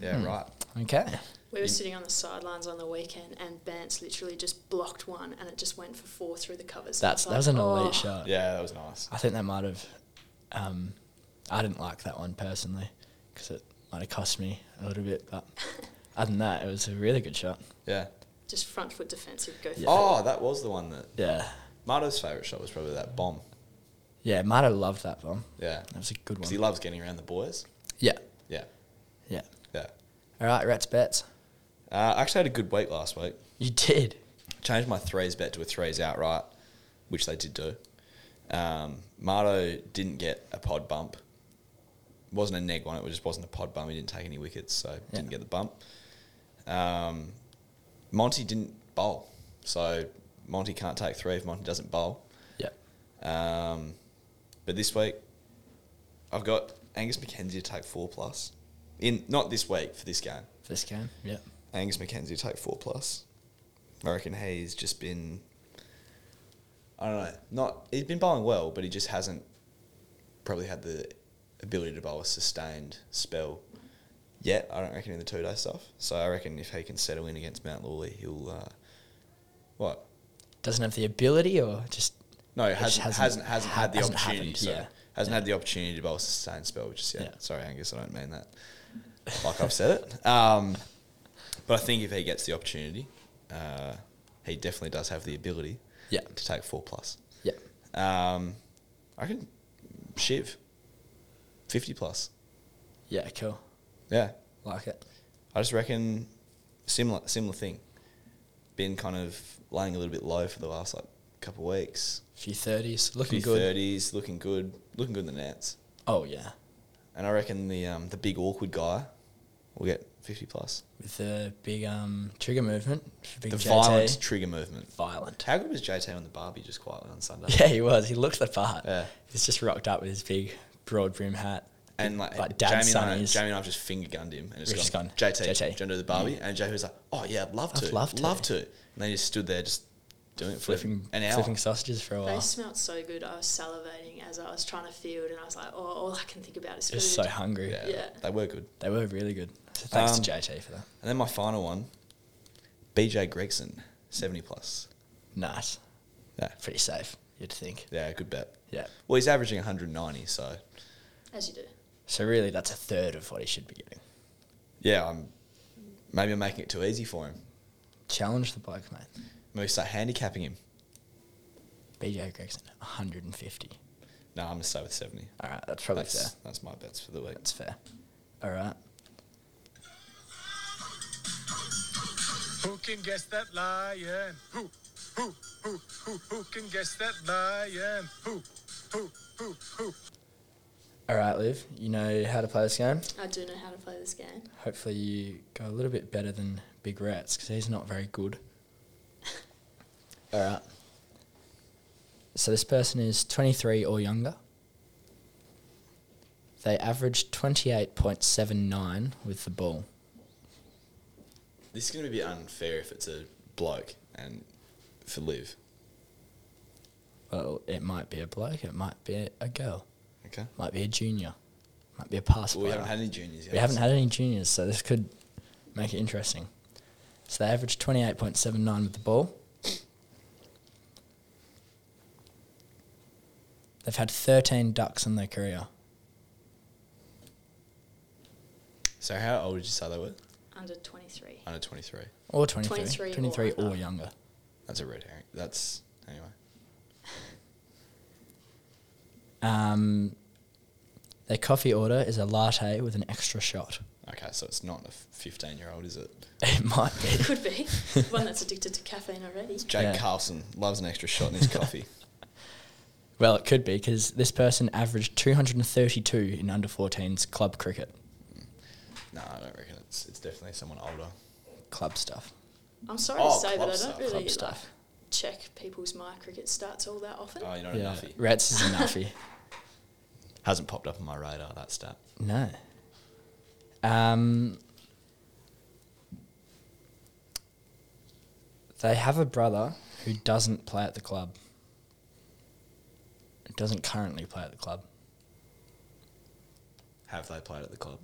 [SPEAKER 3] yeah, right.
[SPEAKER 2] like okay,
[SPEAKER 4] We were sitting on the sidelines on the weekend, and Bance literally just blocked one, and it just went for four through the covers. And
[SPEAKER 2] that's
[SPEAKER 4] it's
[SPEAKER 2] that was
[SPEAKER 4] like,
[SPEAKER 2] an elite
[SPEAKER 4] oh.
[SPEAKER 2] shot.
[SPEAKER 3] Yeah, that was nice.
[SPEAKER 2] I think that might have. Um, I didn't like that one personally because it might have cost me a little bit, but other than that, it was a really good shot.
[SPEAKER 3] Yeah.
[SPEAKER 4] Just front foot defensive, go for it.
[SPEAKER 3] Oh, that was the one that
[SPEAKER 2] Yeah,
[SPEAKER 3] Mardo's favourite shot was probably that bomb.
[SPEAKER 2] yeah, might have loved that bomb.
[SPEAKER 3] Yeah.
[SPEAKER 2] That was a good
[SPEAKER 3] Because he
[SPEAKER 2] one.
[SPEAKER 3] loves getting around the boys.
[SPEAKER 2] Yeah,
[SPEAKER 3] Yeah.
[SPEAKER 2] yeah.
[SPEAKER 3] Yeah.
[SPEAKER 2] All right, rats bets.
[SPEAKER 3] Uh, I actually had a good week last week.
[SPEAKER 2] You did.
[SPEAKER 3] Changed my threes bet to a threes outright, which they did do. Um, Mardo didn't get a pod bump. Wasn't a neg one, it just wasn't a pod bump. He didn't take any wickets, so didn't get the bump. Um, Monty didn't bowl, so Monty can't take three if Monty doesn't bowl.
[SPEAKER 2] Yeah.
[SPEAKER 3] Um, but this week, I've got Angus McKenzie to take four plus. In not this week for this game.
[SPEAKER 2] This game. Yeah.
[SPEAKER 3] Angus McKenzie to take four plus. I reckon he's just been. I don't know. Not he's been bowling well, but he just hasn't probably had the ability to bowl a sustained spell yet. I don't reckon in the two day stuff. So I reckon if he can settle in against Mount Lawley, he'll. Uh, what?
[SPEAKER 2] Doesn't have the ability or just
[SPEAKER 3] No,
[SPEAKER 2] It
[SPEAKER 3] it
[SPEAKER 2] just
[SPEAKER 3] hasn't hasn't hasn't
[SPEAKER 2] ha-
[SPEAKER 3] had the
[SPEAKER 2] hasn't
[SPEAKER 3] opportunity.
[SPEAKER 2] happened,
[SPEAKER 3] so
[SPEAKER 2] yeah.
[SPEAKER 3] hasn't had the opportunity to bowl a sustained spell, which is yeah.
[SPEAKER 2] Yeah.
[SPEAKER 3] Sorry, Angus, I don't mean that. Like I've said it, um, but I think if he gets the opportunity, uh, he definitely does have the ability.
[SPEAKER 2] Yeah.
[SPEAKER 3] To take four plus.
[SPEAKER 2] yeah.
[SPEAKER 3] Um, I can shiv fifty plus.
[SPEAKER 2] Yeah. Cool.
[SPEAKER 3] Yeah.
[SPEAKER 2] Like it.
[SPEAKER 3] I just reckon similar similar thing. Been kind of laying a little bit low for the last like couple of weeks.
[SPEAKER 2] Few thirties. Looking
[SPEAKER 3] Looking
[SPEAKER 2] good.
[SPEAKER 3] Thirties, looking good, looking good in the nets.
[SPEAKER 2] Oh yeah.
[SPEAKER 3] And I reckon the um, the big awkward guy will get fifty plus.
[SPEAKER 2] With the big um trigger movement. for Big
[SPEAKER 3] the
[SPEAKER 2] JT.
[SPEAKER 3] violent trigger movement.
[SPEAKER 2] Violent.
[SPEAKER 3] How good was JT on the barbie just quietly on Sunday?
[SPEAKER 2] <laughs> Yeah, he was. He looked the part.
[SPEAKER 3] Yeah.
[SPEAKER 2] He's just rocked up with his big broad brim hat.
[SPEAKER 3] And like,
[SPEAKER 2] Dad
[SPEAKER 3] Jamie, and I,
[SPEAKER 2] Sonny's.
[SPEAKER 3] Jamie and I have just finger gunned him and it's
[SPEAKER 2] We've
[SPEAKER 3] just
[SPEAKER 2] just
[SPEAKER 3] gone,
[SPEAKER 2] gone,
[SPEAKER 3] JT,
[SPEAKER 2] JT.
[SPEAKER 3] JT, do you wanna do the barbie? And JT was like, oh yeah, I'd love
[SPEAKER 2] Mm. I'd
[SPEAKER 3] to,
[SPEAKER 2] love
[SPEAKER 3] love
[SPEAKER 2] to."
[SPEAKER 3] to, And they just stood there just doing it for
[SPEAKER 2] Flipping,
[SPEAKER 3] an hour.
[SPEAKER 2] flipping sausages for a
[SPEAKER 4] They
[SPEAKER 2] while.
[SPEAKER 4] smelt so good. I was salivating as I was trying to field, and I was like, oh, all I can think about is food.
[SPEAKER 2] Just so hungry.
[SPEAKER 3] Yeah,
[SPEAKER 4] Yeah.
[SPEAKER 3] they were good.
[SPEAKER 2] They were really good. So thanks
[SPEAKER 3] Um,
[SPEAKER 2] to JT for that.
[SPEAKER 3] And then my final one, BJ Gregson, seventy plus.
[SPEAKER 2] Nice.
[SPEAKER 3] Yeah,
[SPEAKER 2] Pretty safe, you'd think.
[SPEAKER 3] yeah, good bet.
[SPEAKER 2] Yeah.
[SPEAKER 3] Well, he's averaging one hundred and ninety, so
[SPEAKER 4] As you do.
[SPEAKER 2] So really, that's a third of what he should be getting.
[SPEAKER 3] yeah, I'm maybe I'm making it too easy for him.
[SPEAKER 2] Challenge the bloke, mate.
[SPEAKER 3] Maybe start handicapping him.
[SPEAKER 2] BJ Gregson, 150.
[SPEAKER 3] No, I'm gonna stay with seventy.
[SPEAKER 2] All right, that's probably fair.
[SPEAKER 3] That's, that's my bets for the week.
[SPEAKER 2] That's fair. All right.
[SPEAKER 1] Who can guess that lion? Who, who, who, who, who can guess that lion? Who, who, who, who?
[SPEAKER 2] All right, Liv, you know how to play this game.
[SPEAKER 4] I do know how to play this game.
[SPEAKER 2] Hopefully, you go a little bit better than Big Rats because he's not very
[SPEAKER 3] <laughs>
[SPEAKER 2] good. All right. So this person is 23 or younger. They averaged 28.79 with the ball.
[SPEAKER 3] This is going to be unfair if it's a bloke and for live.
[SPEAKER 2] Well, it might be a bloke, it might be a girl,
[SPEAKER 3] Okay.
[SPEAKER 2] might be a junior, might be a pass
[SPEAKER 3] Well, we
[SPEAKER 2] player.
[SPEAKER 3] haven't had any juniors yet.
[SPEAKER 2] We haven't had any juniors, so this could make it interesting. So they averaged 28.79 with the ball. They've had 13 ducks in their career.
[SPEAKER 3] So how old did you say they were?
[SPEAKER 4] under 23.
[SPEAKER 3] Under twenty three.
[SPEAKER 2] Or 23.
[SPEAKER 4] 23 or
[SPEAKER 2] 23, or,
[SPEAKER 4] under.
[SPEAKER 2] younger.
[SPEAKER 3] That's a red herring. That's anyway.
[SPEAKER 2] Um, their coffee order is a latte with an extra shot. <laughs>
[SPEAKER 3] Okay, so it's not a fifteen year old, is it?
[SPEAKER 2] It might be.
[SPEAKER 4] <laughs> Could be. <laughs> One that's addicted to caffeine already.
[SPEAKER 3] Jake
[SPEAKER 2] Yeah.
[SPEAKER 3] Carlson loves an extra shot in his coffee. <laughs>
[SPEAKER 2] Well, it could be because this person averaged 232 in under 14s club cricket,
[SPEAKER 3] No, I don't reckon it's it's definitely someone older.
[SPEAKER 2] club stuff.
[SPEAKER 4] I'm sorry
[SPEAKER 3] Oh,
[SPEAKER 4] to say,
[SPEAKER 3] club
[SPEAKER 4] but I
[SPEAKER 3] stuff,
[SPEAKER 4] don't
[SPEAKER 3] club
[SPEAKER 4] really like,
[SPEAKER 2] stuff.
[SPEAKER 4] check people's my cricket starts all that often.
[SPEAKER 3] Oh, you're not
[SPEAKER 2] Yeah.
[SPEAKER 3] enough.
[SPEAKER 2] Rats is enoughy.
[SPEAKER 3] Hasn't popped up on my radar that stat.
[SPEAKER 2] No. Um, they have a brother who doesn't play at the club. Doesn't currently play at the club.
[SPEAKER 3] Have they played at the club?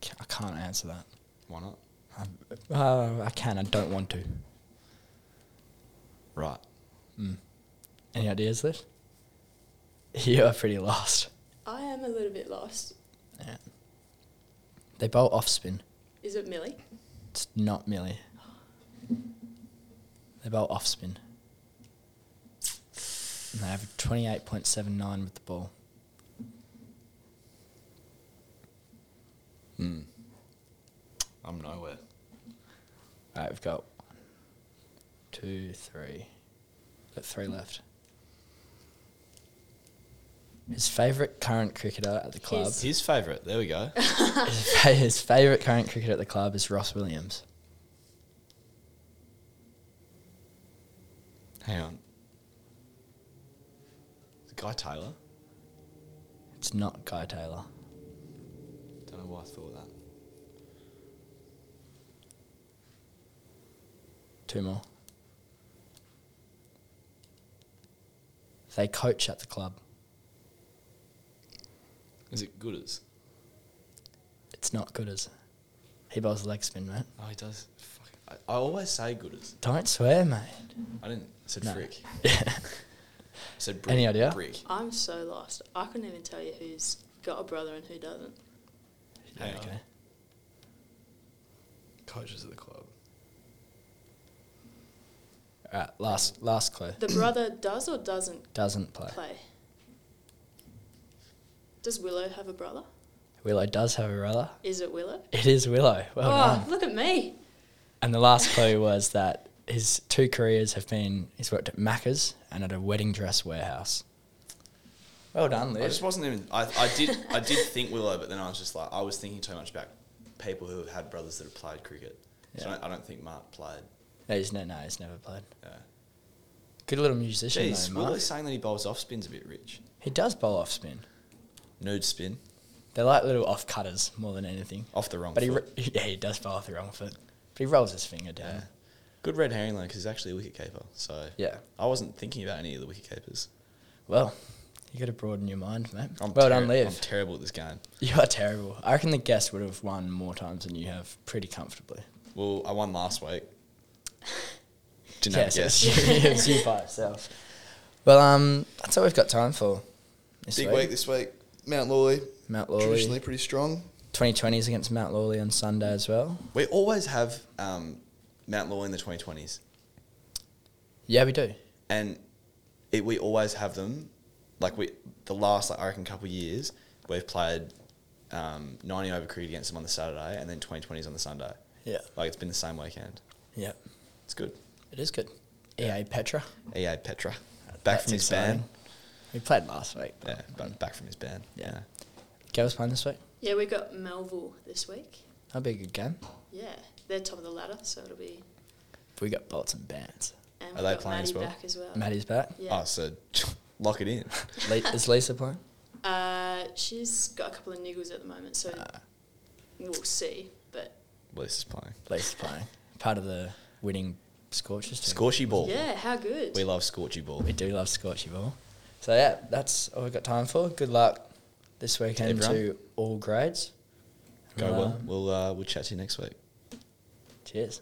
[SPEAKER 2] Ca- I can't answer that.
[SPEAKER 3] Why not?
[SPEAKER 2] Uh, I can. I don't want to.
[SPEAKER 3] Right.
[SPEAKER 2] Any ideas, Liv? <laughs> You are pretty lost.
[SPEAKER 4] I am a little bit lost.
[SPEAKER 2] Yeah. They bowl off spin.
[SPEAKER 4] Is it Millie?
[SPEAKER 2] It's not Millie. They bowl off spin. And they have 28.79 with the ball.
[SPEAKER 3] Hmm. I'm nowhere.
[SPEAKER 2] All right, we've got one, two, three. Got three left. His favourite current cricketer at the club.
[SPEAKER 4] His-
[SPEAKER 3] His favourite. There we go.
[SPEAKER 2] His, <laughs> fa- his favourite current cricketer at the club is Ross Williams.
[SPEAKER 3] Hang on. The guy Taylor.
[SPEAKER 2] It's not Guy Taylor.
[SPEAKER 3] Don't know why I thought that.
[SPEAKER 2] Two more. They coach at the club.
[SPEAKER 3] Is it Gooders?
[SPEAKER 2] It's not good as. He bowls leg spin, mate.
[SPEAKER 3] Oh, he does. Fuck. I, I always say Gooders.
[SPEAKER 2] Don't swear, mate. <laughs>
[SPEAKER 3] I didn't. I said
[SPEAKER 2] No.
[SPEAKER 3] Frick.
[SPEAKER 2] Yeah.
[SPEAKER 3] I said Brick.
[SPEAKER 2] Any idea?
[SPEAKER 3] Brick.
[SPEAKER 4] I'm so lost. I couldn't even tell you who's got a brother and who doesn't.
[SPEAKER 3] Hang
[SPEAKER 2] okay.
[SPEAKER 3] on. Coaches at the club.
[SPEAKER 2] All right. Last last clue.
[SPEAKER 3] <clears throat>
[SPEAKER 4] The brother does or doesn't
[SPEAKER 2] Doesn't play.
[SPEAKER 4] play. Does Willow have a brother?
[SPEAKER 2] Willow does have a brother.
[SPEAKER 4] Is it Willow?
[SPEAKER 2] It is Willow. Well
[SPEAKER 4] oh,
[SPEAKER 2] done.
[SPEAKER 4] look at me.
[SPEAKER 2] And the last clue was that his two careers have been he's worked at Macca's and at a wedding dress warehouse. Well done,
[SPEAKER 3] I just wasn't even. I, I did. I did think Willow, but then I was just like, I was thinking too much about people who have had brothers that have played cricket. So I,
[SPEAKER 2] Yeah.
[SPEAKER 3] don't, I don't think Mark played.
[SPEAKER 2] No, he's no, no, he's never played.
[SPEAKER 3] Yeah.
[SPEAKER 2] Good little musician
[SPEAKER 3] Jeez,
[SPEAKER 2] though, Mark.
[SPEAKER 3] Willow's saying that he bowls off spins a bit rich.
[SPEAKER 2] He does bowl off spin.
[SPEAKER 3] Nude spin
[SPEAKER 2] They're like little off cutters more than anything.
[SPEAKER 3] off the wrong
[SPEAKER 2] But he,
[SPEAKER 3] foot.
[SPEAKER 2] ro- <laughs> yeah, he does bowl off the wrong foot. But he rolls his finger down.
[SPEAKER 3] Yeah. Good red herring though, because he's actually a wicket keeper. So
[SPEAKER 2] Yeah.
[SPEAKER 3] I wasn't thinking about any of the wicket keepers.
[SPEAKER 2] Well, you got to broaden your mind, mate.
[SPEAKER 3] I'm
[SPEAKER 2] well
[SPEAKER 3] terri-
[SPEAKER 2] done, Liv.
[SPEAKER 3] I'm terrible at this game.
[SPEAKER 2] you are terrible. I reckon the guest would have won more times than you have, pretty comfortably.
[SPEAKER 3] Well, I won last week.
[SPEAKER 2] <laughs>
[SPEAKER 3] Didn't have a
[SPEAKER 2] it's
[SPEAKER 3] guess. <laughs>
[SPEAKER 2] you, <laughs> it's you by itself. Well, um, that's all we've got time for. This
[SPEAKER 3] Big week this week. Mount Lawley,
[SPEAKER 2] Mount
[SPEAKER 3] traditionally
[SPEAKER 2] Lawley.
[SPEAKER 3] pretty strong.
[SPEAKER 2] 2020s against Mount Lawley on Sunday as well.
[SPEAKER 3] We always have um, Mount Lawley in the 2020s,
[SPEAKER 2] Yeah, we do.
[SPEAKER 3] and it, we always have them. Like we, the last like, I reckon couple of years, we've played um, 90 over cricket against them on the Saturday, and then 2020s on the Sunday.
[SPEAKER 2] Yeah.
[SPEAKER 3] Like it's been the same weekend.
[SPEAKER 2] Yeah.
[SPEAKER 3] It's good.
[SPEAKER 2] It is good. EA Petra.
[SPEAKER 3] EA Petra, back
[SPEAKER 2] That's
[SPEAKER 3] from his
[SPEAKER 2] exciting.
[SPEAKER 3] ban.
[SPEAKER 2] We played last week.
[SPEAKER 3] Yeah, but back from his ban.
[SPEAKER 2] Yeah. Girls playing this week.
[SPEAKER 4] Yeah, we got Melville this week.
[SPEAKER 2] That'll be a good game.
[SPEAKER 4] Yeah, they're top of the ladder, so it'll be.
[SPEAKER 2] We got bolts and bands.
[SPEAKER 4] And
[SPEAKER 3] Are
[SPEAKER 4] we've
[SPEAKER 3] they
[SPEAKER 4] got
[SPEAKER 3] playing as
[SPEAKER 4] Maddie
[SPEAKER 3] well?
[SPEAKER 4] back as well.
[SPEAKER 2] Maddie's back.
[SPEAKER 4] Yeah.
[SPEAKER 3] Oh, so <laughs> lock it in.
[SPEAKER 2] Le- <laughs> is Lisa playing?
[SPEAKER 3] Ah.
[SPEAKER 4] Uh, she's got a couple of niggles at the moment, so we'll see. But
[SPEAKER 3] Lisa's playing.
[SPEAKER 2] Least playing. Part of the winning Scorchers team.
[SPEAKER 3] Scorchy ball.
[SPEAKER 4] Yeah, how good.
[SPEAKER 3] We love scorchy ball.
[SPEAKER 2] We do love Scorchy Ball. So, yeah, that's all we've got time for. Good luck this weekend
[SPEAKER 3] everyone.
[SPEAKER 2] to all grades.
[SPEAKER 3] Go well.
[SPEAKER 2] Um,
[SPEAKER 3] We'll uh, we'll chat to you next week.
[SPEAKER 2] Cheers.